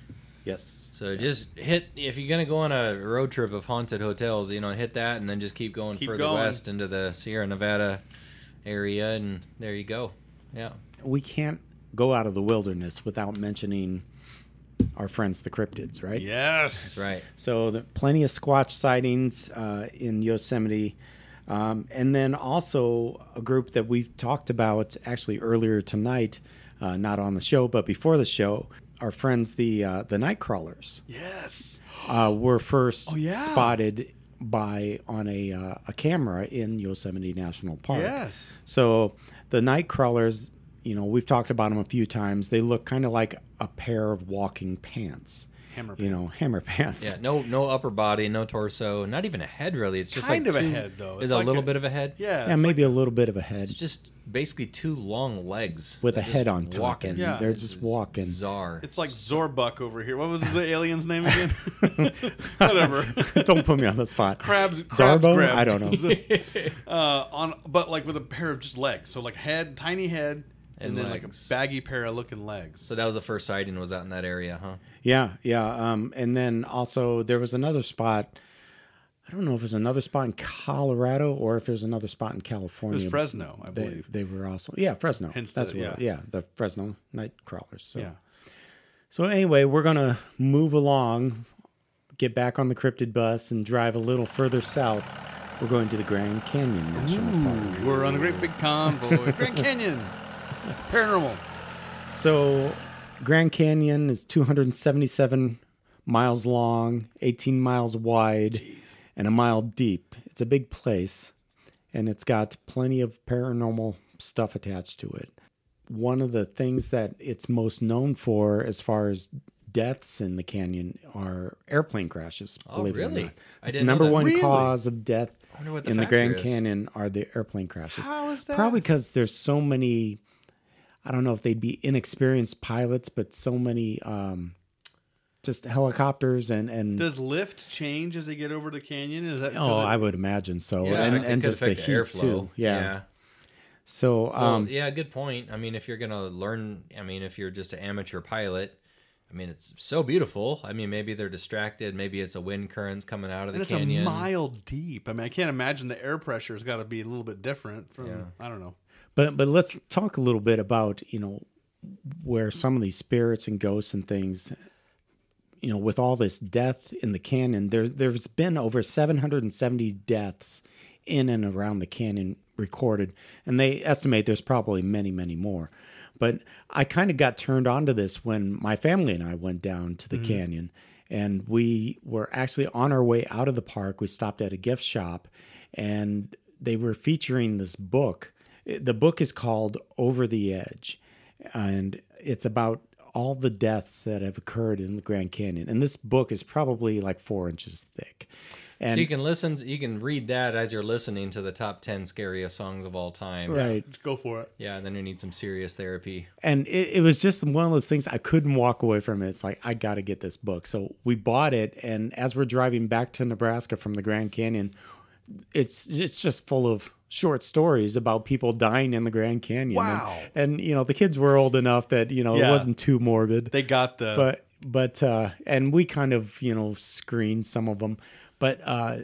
Speaker 2: Yes.
Speaker 3: So just hit if you're gonna go on a road trip of haunted hotels, you know, hit that and then just keep going
Speaker 4: Keep
Speaker 3: further
Speaker 4: going.
Speaker 3: west into the Sierra Nevada area, and there you go. Yeah.
Speaker 2: We can't go out of the wilderness without mentioning our friends, the cryptids, right?
Speaker 4: Yes.
Speaker 3: That's right.
Speaker 2: So the, plenty of Squatch sightings uh, in Yosemite. Um, and then also a group that we've talked about actually earlier tonight, uh, not on the show, but before the show, our friends, the, uh, the night crawlers,
Speaker 4: Yes.
Speaker 2: uh, were first
Speaker 4: Oh, yeah.
Speaker 2: spotted by on a, uh, a camera in Yosemite National Park.
Speaker 4: Yes.
Speaker 2: So the night crawlers, you know, we've talked about them a few times. They look kind of like a pair of walking pants.
Speaker 4: Hammer
Speaker 2: You know, hammer pants.
Speaker 3: Yeah. No no upper body, no torso, not even a head really. It's just
Speaker 4: Kind
Speaker 3: like
Speaker 4: of a
Speaker 3: two-
Speaker 4: head, though.
Speaker 3: Is
Speaker 4: It's
Speaker 3: a
Speaker 4: like
Speaker 3: little
Speaker 4: a-
Speaker 3: bit of a head.
Speaker 4: Yeah.
Speaker 2: Yeah,
Speaker 4: it's
Speaker 2: maybe a little bit of a head
Speaker 3: It's just basically two long legs
Speaker 2: with a
Speaker 3: that just
Speaker 2: head on top,
Speaker 3: walking.
Speaker 2: and
Speaker 4: Yeah.
Speaker 2: they're
Speaker 4: This
Speaker 2: just
Speaker 3: It's
Speaker 2: walking.
Speaker 3: Bizarre.
Speaker 4: It's like Zorbuck over here. What was the alien's name again? Whatever.
Speaker 2: Don't put me on the spot.
Speaker 4: Crabs, crabs
Speaker 2: Zarbo?
Speaker 4: grabbed.
Speaker 2: I don't know.
Speaker 4: uh, on, but like with a pair of just legs. So like head, tiny head, and,
Speaker 3: And
Speaker 4: then
Speaker 3: legs.
Speaker 4: like a baggy pair of looking legs.
Speaker 3: so that was the first sighting was out in that area, huh?
Speaker 2: Yeah, yeah. Um, and then also there was another spot. I don't know if there's another spot in Colorado or if there's another spot in
Speaker 4: it
Speaker 2: California.
Speaker 4: was Fresno, I
Speaker 2: They,
Speaker 4: believe.
Speaker 2: they were also yeah Fresno.
Speaker 4: Hence
Speaker 2: That's
Speaker 4: the-
Speaker 2: where yeah.
Speaker 4: yeah.
Speaker 2: the Fresno night crawlers. So.
Speaker 4: yeah.
Speaker 2: So anyway, we're gonna move along, get back on the cryptid bus, and drive a little further south. We're going to the Grand Canyon National Park.
Speaker 4: We're on a great big convoy. Grand Canyon. Paranormal.
Speaker 2: So, Grand Canyon is 277 miles long, 18 miles wide, and a mile deep. It's a big place, and it's got plenty of paranormal stuff attached to it. One of the things that it's most known for, as far as deaths in the canyon, are airplane crashes.
Speaker 3: Oh,
Speaker 2: believe it or
Speaker 3: really?
Speaker 2: not. It's
Speaker 3: I
Speaker 2: the
Speaker 3: didn't know
Speaker 2: number
Speaker 3: that.
Speaker 2: one
Speaker 4: Really?
Speaker 2: cause of death
Speaker 3: wonder what the
Speaker 2: in the
Speaker 3: factor
Speaker 2: Grand
Speaker 3: is.
Speaker 2: Canyon are the airplane crashes.
Speaker 4: How is that?
Speaker 2: Probably because there's so many. I don't know if they'd be inexperienced pilots, but so many um, just helicopters and and
Speaker 4: Does lift change as they get over the canyon? Is that
Speaker 2: oh,
Speaker 4: because it-
Speaker 2: I would imagine so,
Speaker 3: Yeah,
Speaker 2: and
Speaker 3: like they
Speaker 2: and
Speaker 3: could
Speaker 2: just the
Speaker 3: affect
Speaker 2: heat too. Yeah. So
Speaker 3: Well,
Speaker 2: um,
Speaker 3: yeah, good point. I mean, if you're gonna learn, I mean, if you're just an amateur pilot, I mean, it's so beautiful. I mean, maybe they're distracted. Maybe it's a wind currents coming out of the
Speaker 4: and it's
Speaker 3: canyon.
Speaker 4: a mile deep. I mean, I can't imagine the air pressure's got to be a little bit different from. I don't know.
Speaker 2: but but let's talk a little bit about you know where some of these spirits and ghosts and things you know with all this death in the canyon there there's been over 770 deaths in and around the canyon recorded and they estimate there's probably many many more but i kind of got turned on to this when my family and i went down to the canyon and we were actually on our way out of the park we stopped at a gift shop and they were featuring this book It- the book is called over the edge and it's about all the deaths that have occurred in the Grand Canyon. And this book is probably like four inches thick. And
Speaker 3: so you can listen. You can read that as you're listening to the top ten scariest songs of all time.
Speaker 2: right,
Speaker 4: Just go for it.
Speaker 3: Yeah, and then you need some serious therapy.
Speaker 2: and it, it was just one of those things I couldn't walk away from it. It's like I got to get this book. So we bought it, and as we're driving back to Nebraska from the Grand Canyon, it's it's just full of short stories about people dying in the Grand Canyon.
Speaker 4: Wow.
Speaker 2: And, and you know the kids were old enough that you know it
Speaker 4: Yeah.
Speaker 2: wasn't too morbid.
Speaker 4: They got the.
Speaker 2: but but uh and we kind of you know screened some of them but uh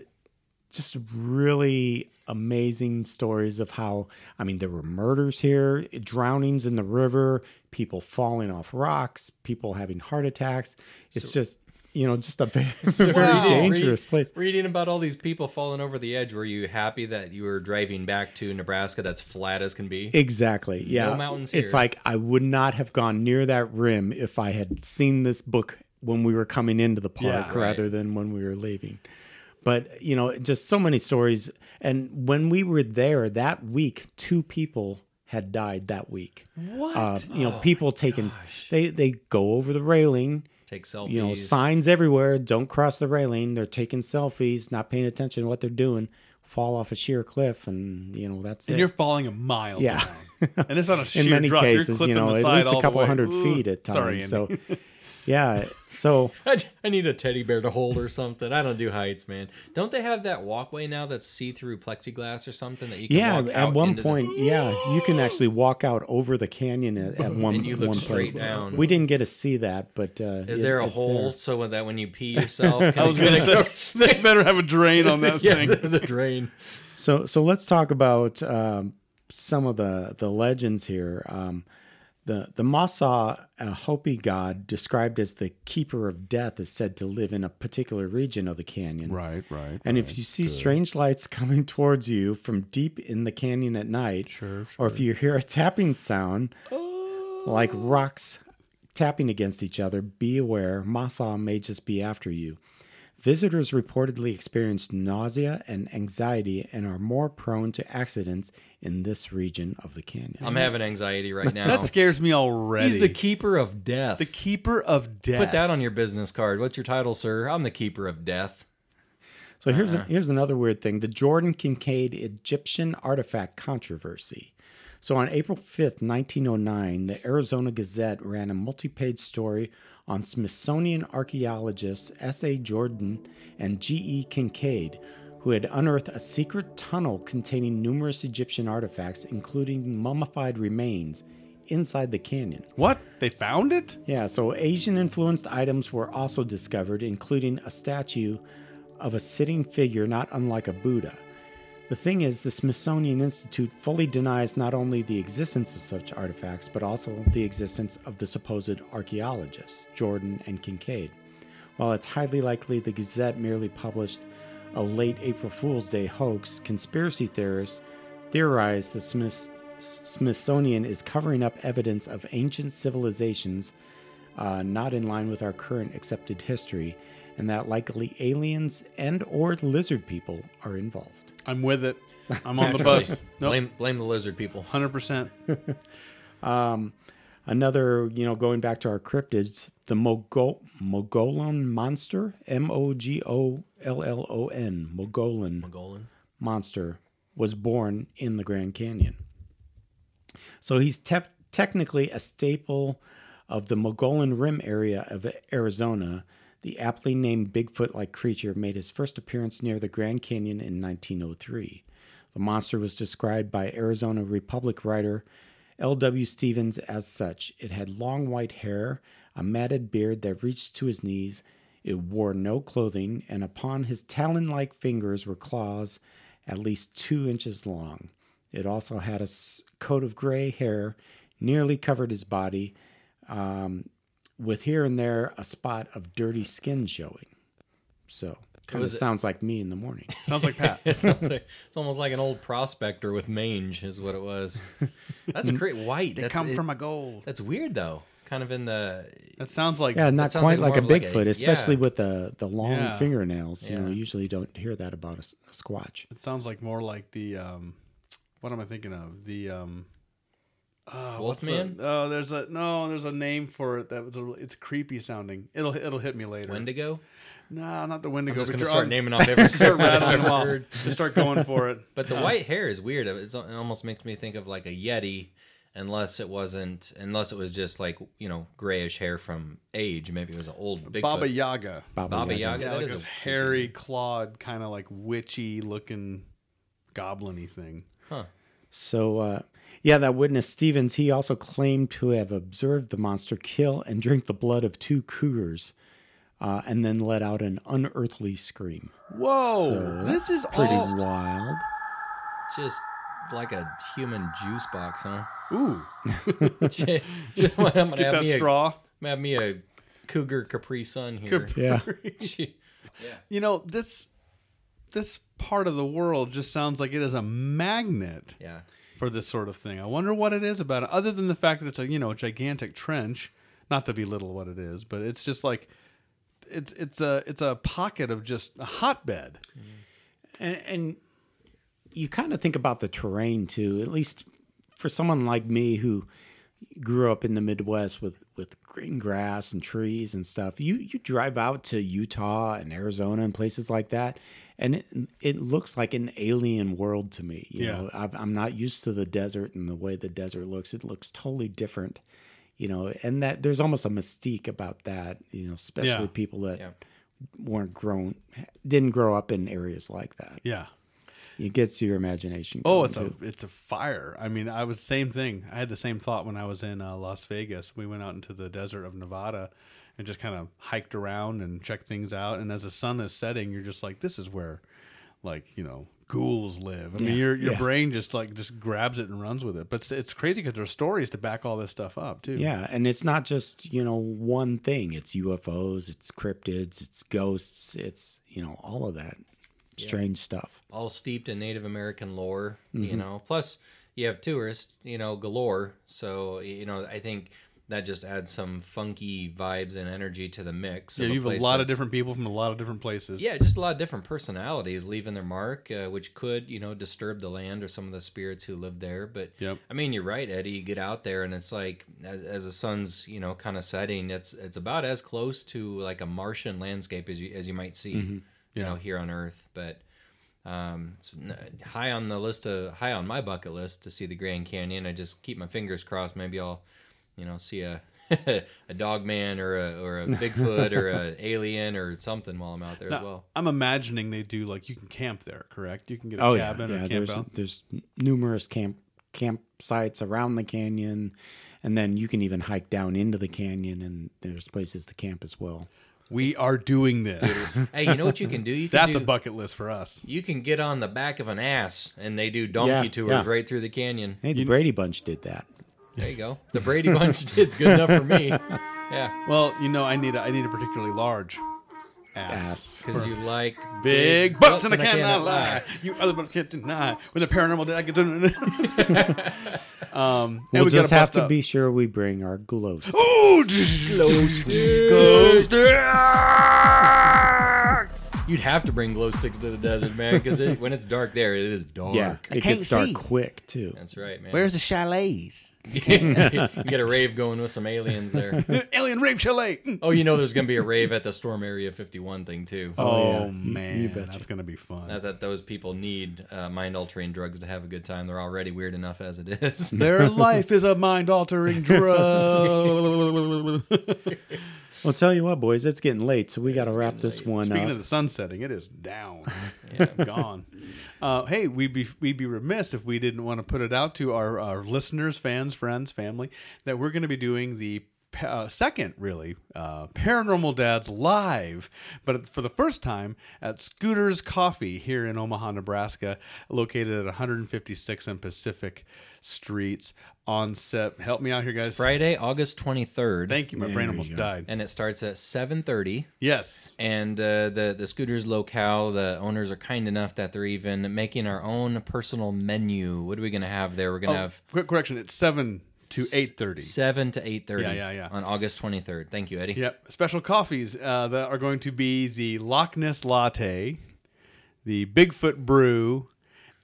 Speaker 2: just really amazing stories of how i mean there were murders here drownings in the river people falling off rocks people having heart attacks it's just you know just a, very- very
Speaker 3: Wow.
Speaker 2: dangerous
Speaker 3: Read-
Speaker 2: place
Speaker 3: Reading about all these people falling over the edge, were you happy that you were driving back to Nebraska that's flat as can be?
Speaker 2: Exactly. Yeah.
Speaker 3: mountains
Speaker 2: it's
Speaker 3: here.
Speaker 2: like I would not have gone near that rim if I had seen this book when we were coming into the park
Speaker 4: Yeah,
Speaker 3: right.
Speaker 2: rather than when we were leaving. But, you know, just so many stories. And when we were there that week, two people had died that week.
Speaker 4: what? Oh
Speaker 2: Uh, you know, people taking they they go over the railing,
Speaker 3: Take selfies.
Speaker 2: you know, signs everywhere, don't cross the railing, they're taking selfies, not paying attention to what they're doing, fall off a sheer cliff and, you know, that's
Speaker 4: and
Speaker 2: it
Speaker 4: you're falling a mile.
Speaker 2: Yeah.
Speaker 4: down. And it's not a sheer
Speaker 2: in many
Speaker 4: drop.
Speaker 2: cases,
Speaker 4: you're
Speaker 2: you know,
Speaker 4: clipping the
Speaker 2: at
Speaker 4: side
Speaker 2: least
Speaker 4: all
Speaker 2: a
Speaker 4: the
Speaker 2: couple
Speaker 4: way.
Speaker 2: hundred
Speaker 4: Ooh,
Speaker 2: feet at
Speaker 4: Sorry,
Speaker 2: times. So,
Speaker 4: Andy.
Speaker 2: Yeah. So
Speaker 3: I, I need a teddy bear to hold or something. I don't do heights, man. Don't they have that walkway now that's see through plexiglass or something that you can
Speaker 2: yeah,
Speaker 3: walk
Speaker 2: at
Speaker 3: out
Speaker 2: one
Speaker 3: into the-
Speaker 2: point, yeah, you can actually walk out over the canyon at, at one
Speaker 3: And you look
Speaker 2: one place.
Speaker 3: straight down.
Speaker 2: We didn't get to see that, but uh,
Speaker 3: is
Speaker 2: it-
Speaker 3: there a
Speaker 2: it's
Speaker 3: hole so that when you pee yourself, can
Speaker 4: I was gonna
Speaker 3: go-
Speaker 4: say they better have a drain on that
Speaker 3: yeah,
Speaker 4: thing.
Speaker 3: there's a drain.
Speaker 2: So so let's talk about um, some of the the legends here. Um, the the Masa, a Hopi god described as the keeper of death, is said to live in a particular region of the canyon.
Speaker 8: Right, right.
Speaker 2: And if you see strange lights coming towards you from deep in the canyon at night, sure, or if you hear a tapping sound like rocks tapping against each other, be aware Masa may just be after you. Visitors reportedly experience nausea and anxiety and are more prone to accidents in this region of the canyon.
Speaker 3: I'm having anxiety right now.
Speaker 2: Oh.
Speaker 4: That scares me already.
Speaker 3: He's the keeper of death.
Speaker 4: The keeper of death.
Speaker 3: Put that on your business card. What's your title, sir? I'm the keeper of death.
Speaker 2: So here's a, here's another weird thing: the Jordan Kincaid Egyptian artifact controversy. So on April 5th, 1909, the Arizona Gazette ran a multi-page story on Smithsonian archaeologists S.A. Jordan and G.E. Kincaid, who had unearthed a secret tunnel containing numerous Egyptian artifacts, including mummified remains, inside the canyon.
Speaker 4: What? They found it?
Speaker 2: Yeah, so Asian influenced items were also discovered, including a statue of a sitting figure not unlike a Buddha. The thing is, the Smithsonian Institute fully denies not only the existence of such artifacts, but also the existence of the supposed archaeologists, Jordan and Kincaid. While it's highly likely the Gazette merely published a late April Fool's Day hoax, conspiracy theorists theorize the Smith- Smithsonian is covering up evidence of ancient civilizations uh, not in line with our current accepted history, and that likely aliens and/or lizard people are involved.
Speaker 4: I'm with it. I'm on the bus. No,
Speaker 3: Blame blame the lizard people.
Speaker 4: hundred percent.
Speaker 2: Another, you know, going back to our cryptids, the Mogol Mogollon monster, M O G O L L O N, Mogollon
Speaker 3: Golan.
Speaker 2: monster was born in the Grand Canyon. So he's tep technically a staple of the Mogollon Rim area of Arizona. The aptly named Bigfoot like creature made his first appearance near the Grand Canyon in 1903. The monster was described by Arizona Republic writer L.W. Stevens as such. It had long white hair, a matted beard that reached to his knees. It wore no clothing, and upon his talon like fingers were claws at least two inches long. It also had a s- coat of gray hair, nearly covered his body, um, with here and there a spot of dirty skin showing. So, kind of
Speaker 3: Was it-
Speaker 2: sounds like me in the morning.
Speaker 4: Sounds like Pat.
Speaker 3: It's, not like- it's almost like an old prospector with mange, is what it was. That's great. White.
Speaker 4: Mm. They
Speaker 3: That's,
Speaker 4: come
Speaker 3: it-
Speaker 4: from a gold.
Speaker 3: That's weird though. Kind of in the
Speaker 4: That sounds like
Speaker 2: Yeah, not
Speaker 3: sounds
Speaker 2: quite
Speaker 3: like
Speaker 2: like, a
Speaker 3: more of like
Speaker 2: Bigfoot,
Speaker 3: a-
Speaker 2: especially
Speaker 3: yeah.
Speaker 2: with the, the long
Speaker 4: Yeah.
Speaker 2: fingernails. You know,
Speaker 3: Yeah.
Speaker 2: usually don't hear that about a, s- a squatch.
Speaker 4: It sounds like more like the um, what am I thinking of? The um, uh,
Speaker 3: Wolfman?
Speaker 4: The, oh, there's a no, there's a name for it that was a, it's creepy sounding. It'll it'll hit me later.
Speaker 3: Wendigo.
Speaker 4: No, not the Wendigo.
Speaker 3: I'm just
Speaker 4: but
Speaker 3: gonna
Speaker 4: you're
Speaker 3: start
Speaker 4: on-
Speaker 3: naming off every
Speaker 4: Start
Speaker 3: start
Speaker 4: rattling
Speaker 3: I've
Speaker 4: them off.
Speaker 3: heard.
Speaker 4: Just start going for it.
Speaker 3: But the white hair is weird. It's, it almost makes me think of like a yeti, unless it wasn't, unless it was just like you know grayish hair from age. Maybe it was an old Bigfoot.
Speaker 4: Baba Yaga.
Speaker 3: Baba Yaga.
Speaker 4: Yeah,
Speaker 3: That
Speaker 4: like
Speaker 3: is
Speaker 4: this
Speaker 3: a-
Speaker 4: hairy, clawed, kind of like witchy looking, goblin-y thing.
Speaker 2: So, uh, yeah, that witness Stevens, he also claimed to have observed the monster kill and drink the blood of two cougars uh, and then let out an unearthly scream.
Speaker 4: Whoa,
Speaker 2: So
Speaker 4: this is
Speaker 2: pretty
Speaker 4: all.
Speaker 2: wild.
Speaker 3: Just like a human juice box, huh?
Speaker 4: Ooh,
Speaker 3: Just- just- I'm gonna
Speaker 4: get
Speaker 3: have
Speaker 4: that
Speaker 3: me a-
Speaker 4: straw.
Speaker 3: I'm gonna have me a cougar Capri Sun here.
Speaker 2: Yeah.
Speaker 3: Gee.
Speaker 4: you know this this part of the world just sounds like it is a magnet
Speaker 3: yeah.
Speaker 4: for this sort of thing. I wonder what it is about it, other than the fact that it's a you know gigantic trench. Not to belittle what it is, but it's just like it's it's a it's a pocket of just a hotbed.
Speaker 2: And, and you kind of think about the terrain too, at least for someone like me who grew up in the Midwest with, with green grass and trees and stuff. You, you drive out to Utah and Arizona and places like that, and it, it looks like an alien world to me. You
Speaker 4: Yeah.
Speaker 2: know, I've, I'm not used to the desert and the way the desert looks. It looks totally different. you know, and that there's almost a mystique about that, you know, especially
Speaker 4: Yeah.
Speaker 2: people that
Speaker 3: Yeah.
Speaker 2: weren't grown, didn't grow up in areas like that.
Speaker 4: Yeah.
Speaker 2: It gets to your imagination. going,
Speaker 4: Oh, it's a
Speaker 2: too.
Speaker 4: it's a fire. I mean, I was same thing. I had the same thought when I was in uh, Las Vegas. We went out into the desert of Nevada and just kind of hiked around and checked things out. And as the sun is setting, you're just like, this is where, like you know, ghouls live. I mean, your your
Speaker 2: Yeah.
Speaker 4: brain just like just grabs it and runs with it. But it's, it's crazy because there's stories to back all this stuff up too.
Speaker 2: Yeah, and it's not just you know one thing. It's UFOs, it's cryptids, it's ghosts, it's you know all of that strange stuff.
Speaker 3: all steeped in Native American lore,
Speaker 4: Mm-hmm.
Speaker 3: you know. Plus, you have tourists, you know, galore. So, you know, I think that just adds some funky vibes and energy to the mix.
Speaker 4: Yeah,
Speaker 3: of
Speaker 4: you have a
Speaker 3: place
Speaker 4: lot of
Speaker 3: that's-
Speaker 4: different people from a lot of different places.
Speaker 3: Yeah, just a lot of different personalities leaving their mark, uh, which could, you know, disturb the land or some of the spirits who live there. But
Speaker 4: Yep.
Speaker 3: I mean, you're right, Eddie. You get out there, and it's like as, as the sun's, you know, kind of setting. It's it's about as close to like a Martian landscape as you as you might see,
Speaker 4: Mm-hmm.
Speaker 3: you know, here on Earth. But um, it's n- high on the list of high on my bucket list to see the Grand Canyon. I just keep my fingers crossed. Maybe I'll, you know, see a. a dog man or a or a Bigfoot or a alien or something while I'm out there as
Speaker 4: Now,
Speaker 3: well.
Speaker 4: I'm imagining they do like you can camp there, correct? You can get a
Speaker 2: Oh yeah,
Speaker 4: cabin or
Speaker 2: yeah.
Speaker 4: camp
Speaker 2: There's
Speaker 4: out.
Speaker 2: there's numerous camp campsites around the canyon, and then you can even hike down into the canyon, and there's places to camp as well.
Speaker 4: We are doing this.
Speaker 3: hey, you know what you can do? You can
Speaker 4: That's
Speaker 3: do,
Speaker 4: a bucket list for us.
Speaker 3: You can get on the back of an ass, and they do donkey
Speaker 2: Yeah,
Speaker 3: tours
Speaker 2: yeah.
Speaker 3: right through the canyon.
Speaker 2: Hey, the Brady Bunch did that.
Speaker 3: There you go. The Brady Bunch did's good enough for me. Yeah,
Speaker 4: Well, you know, I need a, I need a particularly large ass.
Speaker 2: Ass.
Speaker 3: because you like
Speaker 4: Big, butts, and I
Speaker 3: I
Speaker 4: cannot lie. You other butts can't deny. With a paranormal, I can. um, and
Speaker 2: We'll
Speaker 4: we got
Speaker 2: just
Speaker 4: a
Speaker 2: have
Speaker 4: puffed
Speaker 2: to
Speaker 4: up. Oh,
Speaker 2: be sure we bring our glow. stick.
Speaker 3: Glow sticks.
Speaker 4: Glow sticks.
Speaker 3: You'd have to bring glow sticks to the desert, man, because it, when it's dark there, it is dark.
Speaker 2: yeah, it
Speaker 8: can't
Speaker 2: gets dark
Speaker 8: see.
Speaker 2: quick too.
Speaker 3: That's right, man.
Speaker 8: Where's the chalets?
Speaker 3: you get a rave going with some aliens there.
Speaker 4: Alien rape chalet. Mm.
Speaker 3: Oh, you know there's gonna be a rave at the Storm Area 51 thing too.
Speaker 4: Oh,
Speaker 2: yeah. You- you
Speaker 4: man,
Speaker 2: betcha.
Speaker 4: that's gonna be fun.
Speaker 3: Not uh, that those people need uh, mind altering drugs to have a good time. They're already weird enough as it is.
Speaker 4: Their life is a mind altering drug.
Speaker 2: Well, tell you what, boys, it's getting late, so we got to wrap this one
Speaker 4: Speaking
Speaker 2: up.
Speaker 4: of the sun setting, it is down, gone. Uh, hey, we'd be we'd be remiss if we didn't want to put it out to our, our listeners, fans, friends, family that we're going to be doing the pa- uh, second, really, uh, Paranormal Dads live, but for the first time at Scooter's Coffee here in Omaha, Nebraska, located at 156 and Pacific Streets. On set, help me out here, guys.
Speaker 3: Friday, August 23rd.
Speaker 4: Thank you. My brain almost died.
Speaker 3: and it starts at 7.30
Speaker 4: yes.
Speaker 3: and uh, the, the scooters locale the owners are kind enough that they're even making our own personal menu what are we going to have there we're
Speaker 4: Oh.
Speaker 3: going to have
Speaker 4: Quick correction. It's seven to eight thirty.
Speaker 3: 7 to 8.30
Speaker 4: Yeah, yeah, yeah.
Speaker 3: on august 23rd thank you eddie
Speaker 4: Yep. Special coffees uh, that are going to be the Loch Ness Latte, the Bigfoot Brew,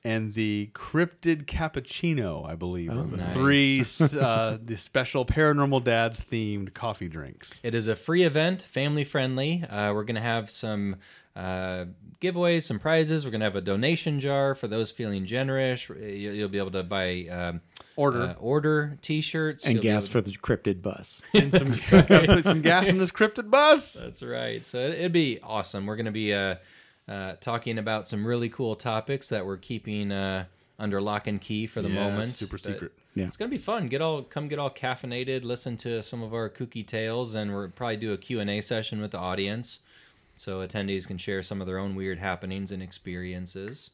Speaker 4: and the Cryptid Cappuccino. I believe
Speaker 3: Oh,
Speaker 4: are the three uh, the special Paranormal Dads themed coffee drinks.
Speaker 3: It is a free event, family friendly. Uh, we're going to have some uh, giveaways, some prizes. We're going to have a donation jar for those feeling generous. You- You'll be able to buy um,
Speaker 4: Order.
Speaker 3: uh, order T-shirts
Speaker 2: and
Speaker 3: You'll be
Speaker 2: gas
Speaker 3: able
Speaker 2: for the cryptid bus.
Speaker 4: And some put some gas in this cryptid bus.
Speaker 3: That's right. So it, it'd be awesome. We're going to be uh, uh, talking about some really cool topics that we're keeping uh, under lock and key for the
Speaker 4: Yeah,
Speaker 3: moment. Uh,
Speaker 4: super
Speaker 3: But
Speaker 4: secret.
Speaker 2: Yeah.
Speaker 3: It's going to be fun. Get all come get all caffeinated, listen to some of our kooky tales and we'll probably do a Q&A session with the audience. So attendees can share some of their own weird happenings and experiences.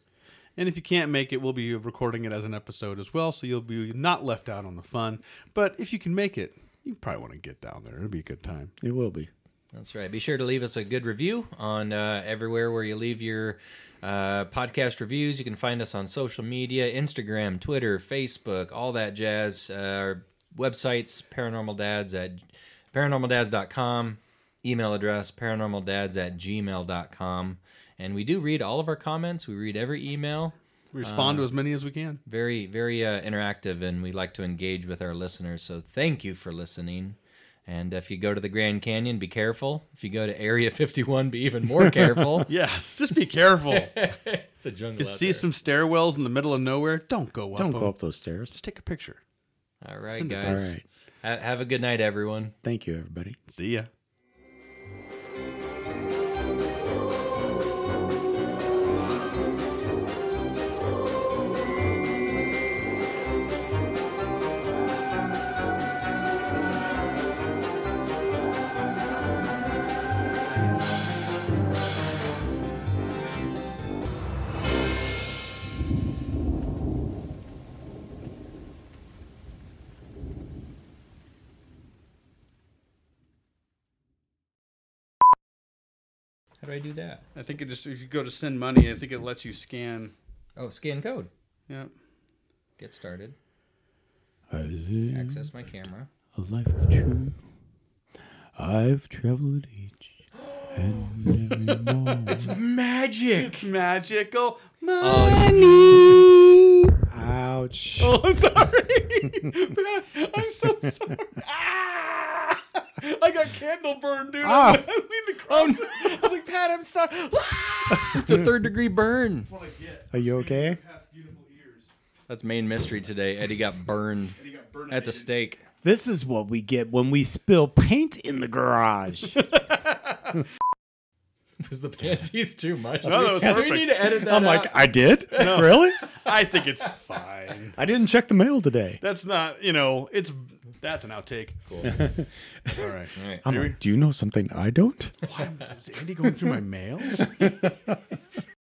Speaker 4: And if you can't make it, we'll be recording it as an episode as well, so you'll be not left out on the fun. But if you can make it, you probably want to get down there. It'll be a good time.
Speaker 2: It will be.
Speaker 3: That's right. Be sure to leave us a good review on uh, everywhere where you leave your uh, podcast reviews. You can find us on social media Instagram, Twitter, Facebook, all that jazz. Uh, our websites, Paranormal Dads at paranormaldads.com. Email address, paranormaldads at gmail.com. And we do read all of our comments, we read every email.
Speaker 4: We
Speaker 3: Uh,
Speaker 4: respond to as many as we can.
Speaker 3: Very, very uh, interactive, and we like to engage with our listeners. So thank you for listening. And if you go to the Grand Canyon, be careful. If you go to Area 51, be even more careful.
Speaker 4: Yes, just be careful. if
Speaker 3: It's a jungle.
Speaker 4: you
Speaker 3: out
Speaker 4: see
Speaker 3: there.
Speaker 4: some stairwells in the middle of nowhere, don't go up.
Speaker 2: Don't go
Speaker 4: 'em.
Speaker 2: up those stairs.
Speaker 4: Just take a picture.
Speaker 3: All right,
Speaker 4: send it
Speaker 2: All
Speaker 3: guys.
Speaker 2: right.
Speaker 3: Ha- have a good night, everyone.
Speaker 2: Thank you, everybody.
Speaker 4: See ya.
Speaker 3: How do I do that?
Speaker 4: I think it just if you go to send money, I think it lets you scan.
Speaker 3: Oh, scan code.
Speaker 4: Yeah.
Speaker 3: Get started.
Speaker 2: I live
Speaker 3: Access my camera.
Speaker 2: a life of truth. I've traveled each and every mile.
Speaker 3: Magic.
Speaker 4: Magical
Speaker 3: Oh, yeah.
Speaker 2: Ouch.
Speaker 4: Oh, I'm sorry. I'm so sorry. Ah! I got candle burn, dude.
Speaker 2: Ah.
Speaker 4: I leaned
Speaker 3: Oh,
Speaker 4: across. I was like, Pat, I'm sorry. Ah!
Speaker 3: It's a third degree burn.
Speaker 4: what I get.
Speaker 2: Are you okay?
Speaker 4: Pat's beautiful ears.
Speaker 3: That's main mystery today. Eddie got burned
Speaker 4: He got burned
Speaker 3: at the stake.
Speaker 2: This is what we get when we spill paint in the garage.
Speaker 3: Was the panties too much?
Speaker 4: No, that was
Speaker 3: Do we,
Speaker 4: perfect.
Speaker 3: need to edit that
Speaker 2: I'm like,
Speaker 3: out?
Speaker 2: I did? Really?
Speaker 4: I think it's fine.
Speaker 2: I didn't check the mail today.
Speaker 4: That's not, you know, it's that's an outtake.
Speaker 3: Cool.
Speaker 4: All right.
Speaker 3: All right.
Speaker 2: I'm like, do you know something I don't?
Speaker 4: Why am- is Andy going through my mail?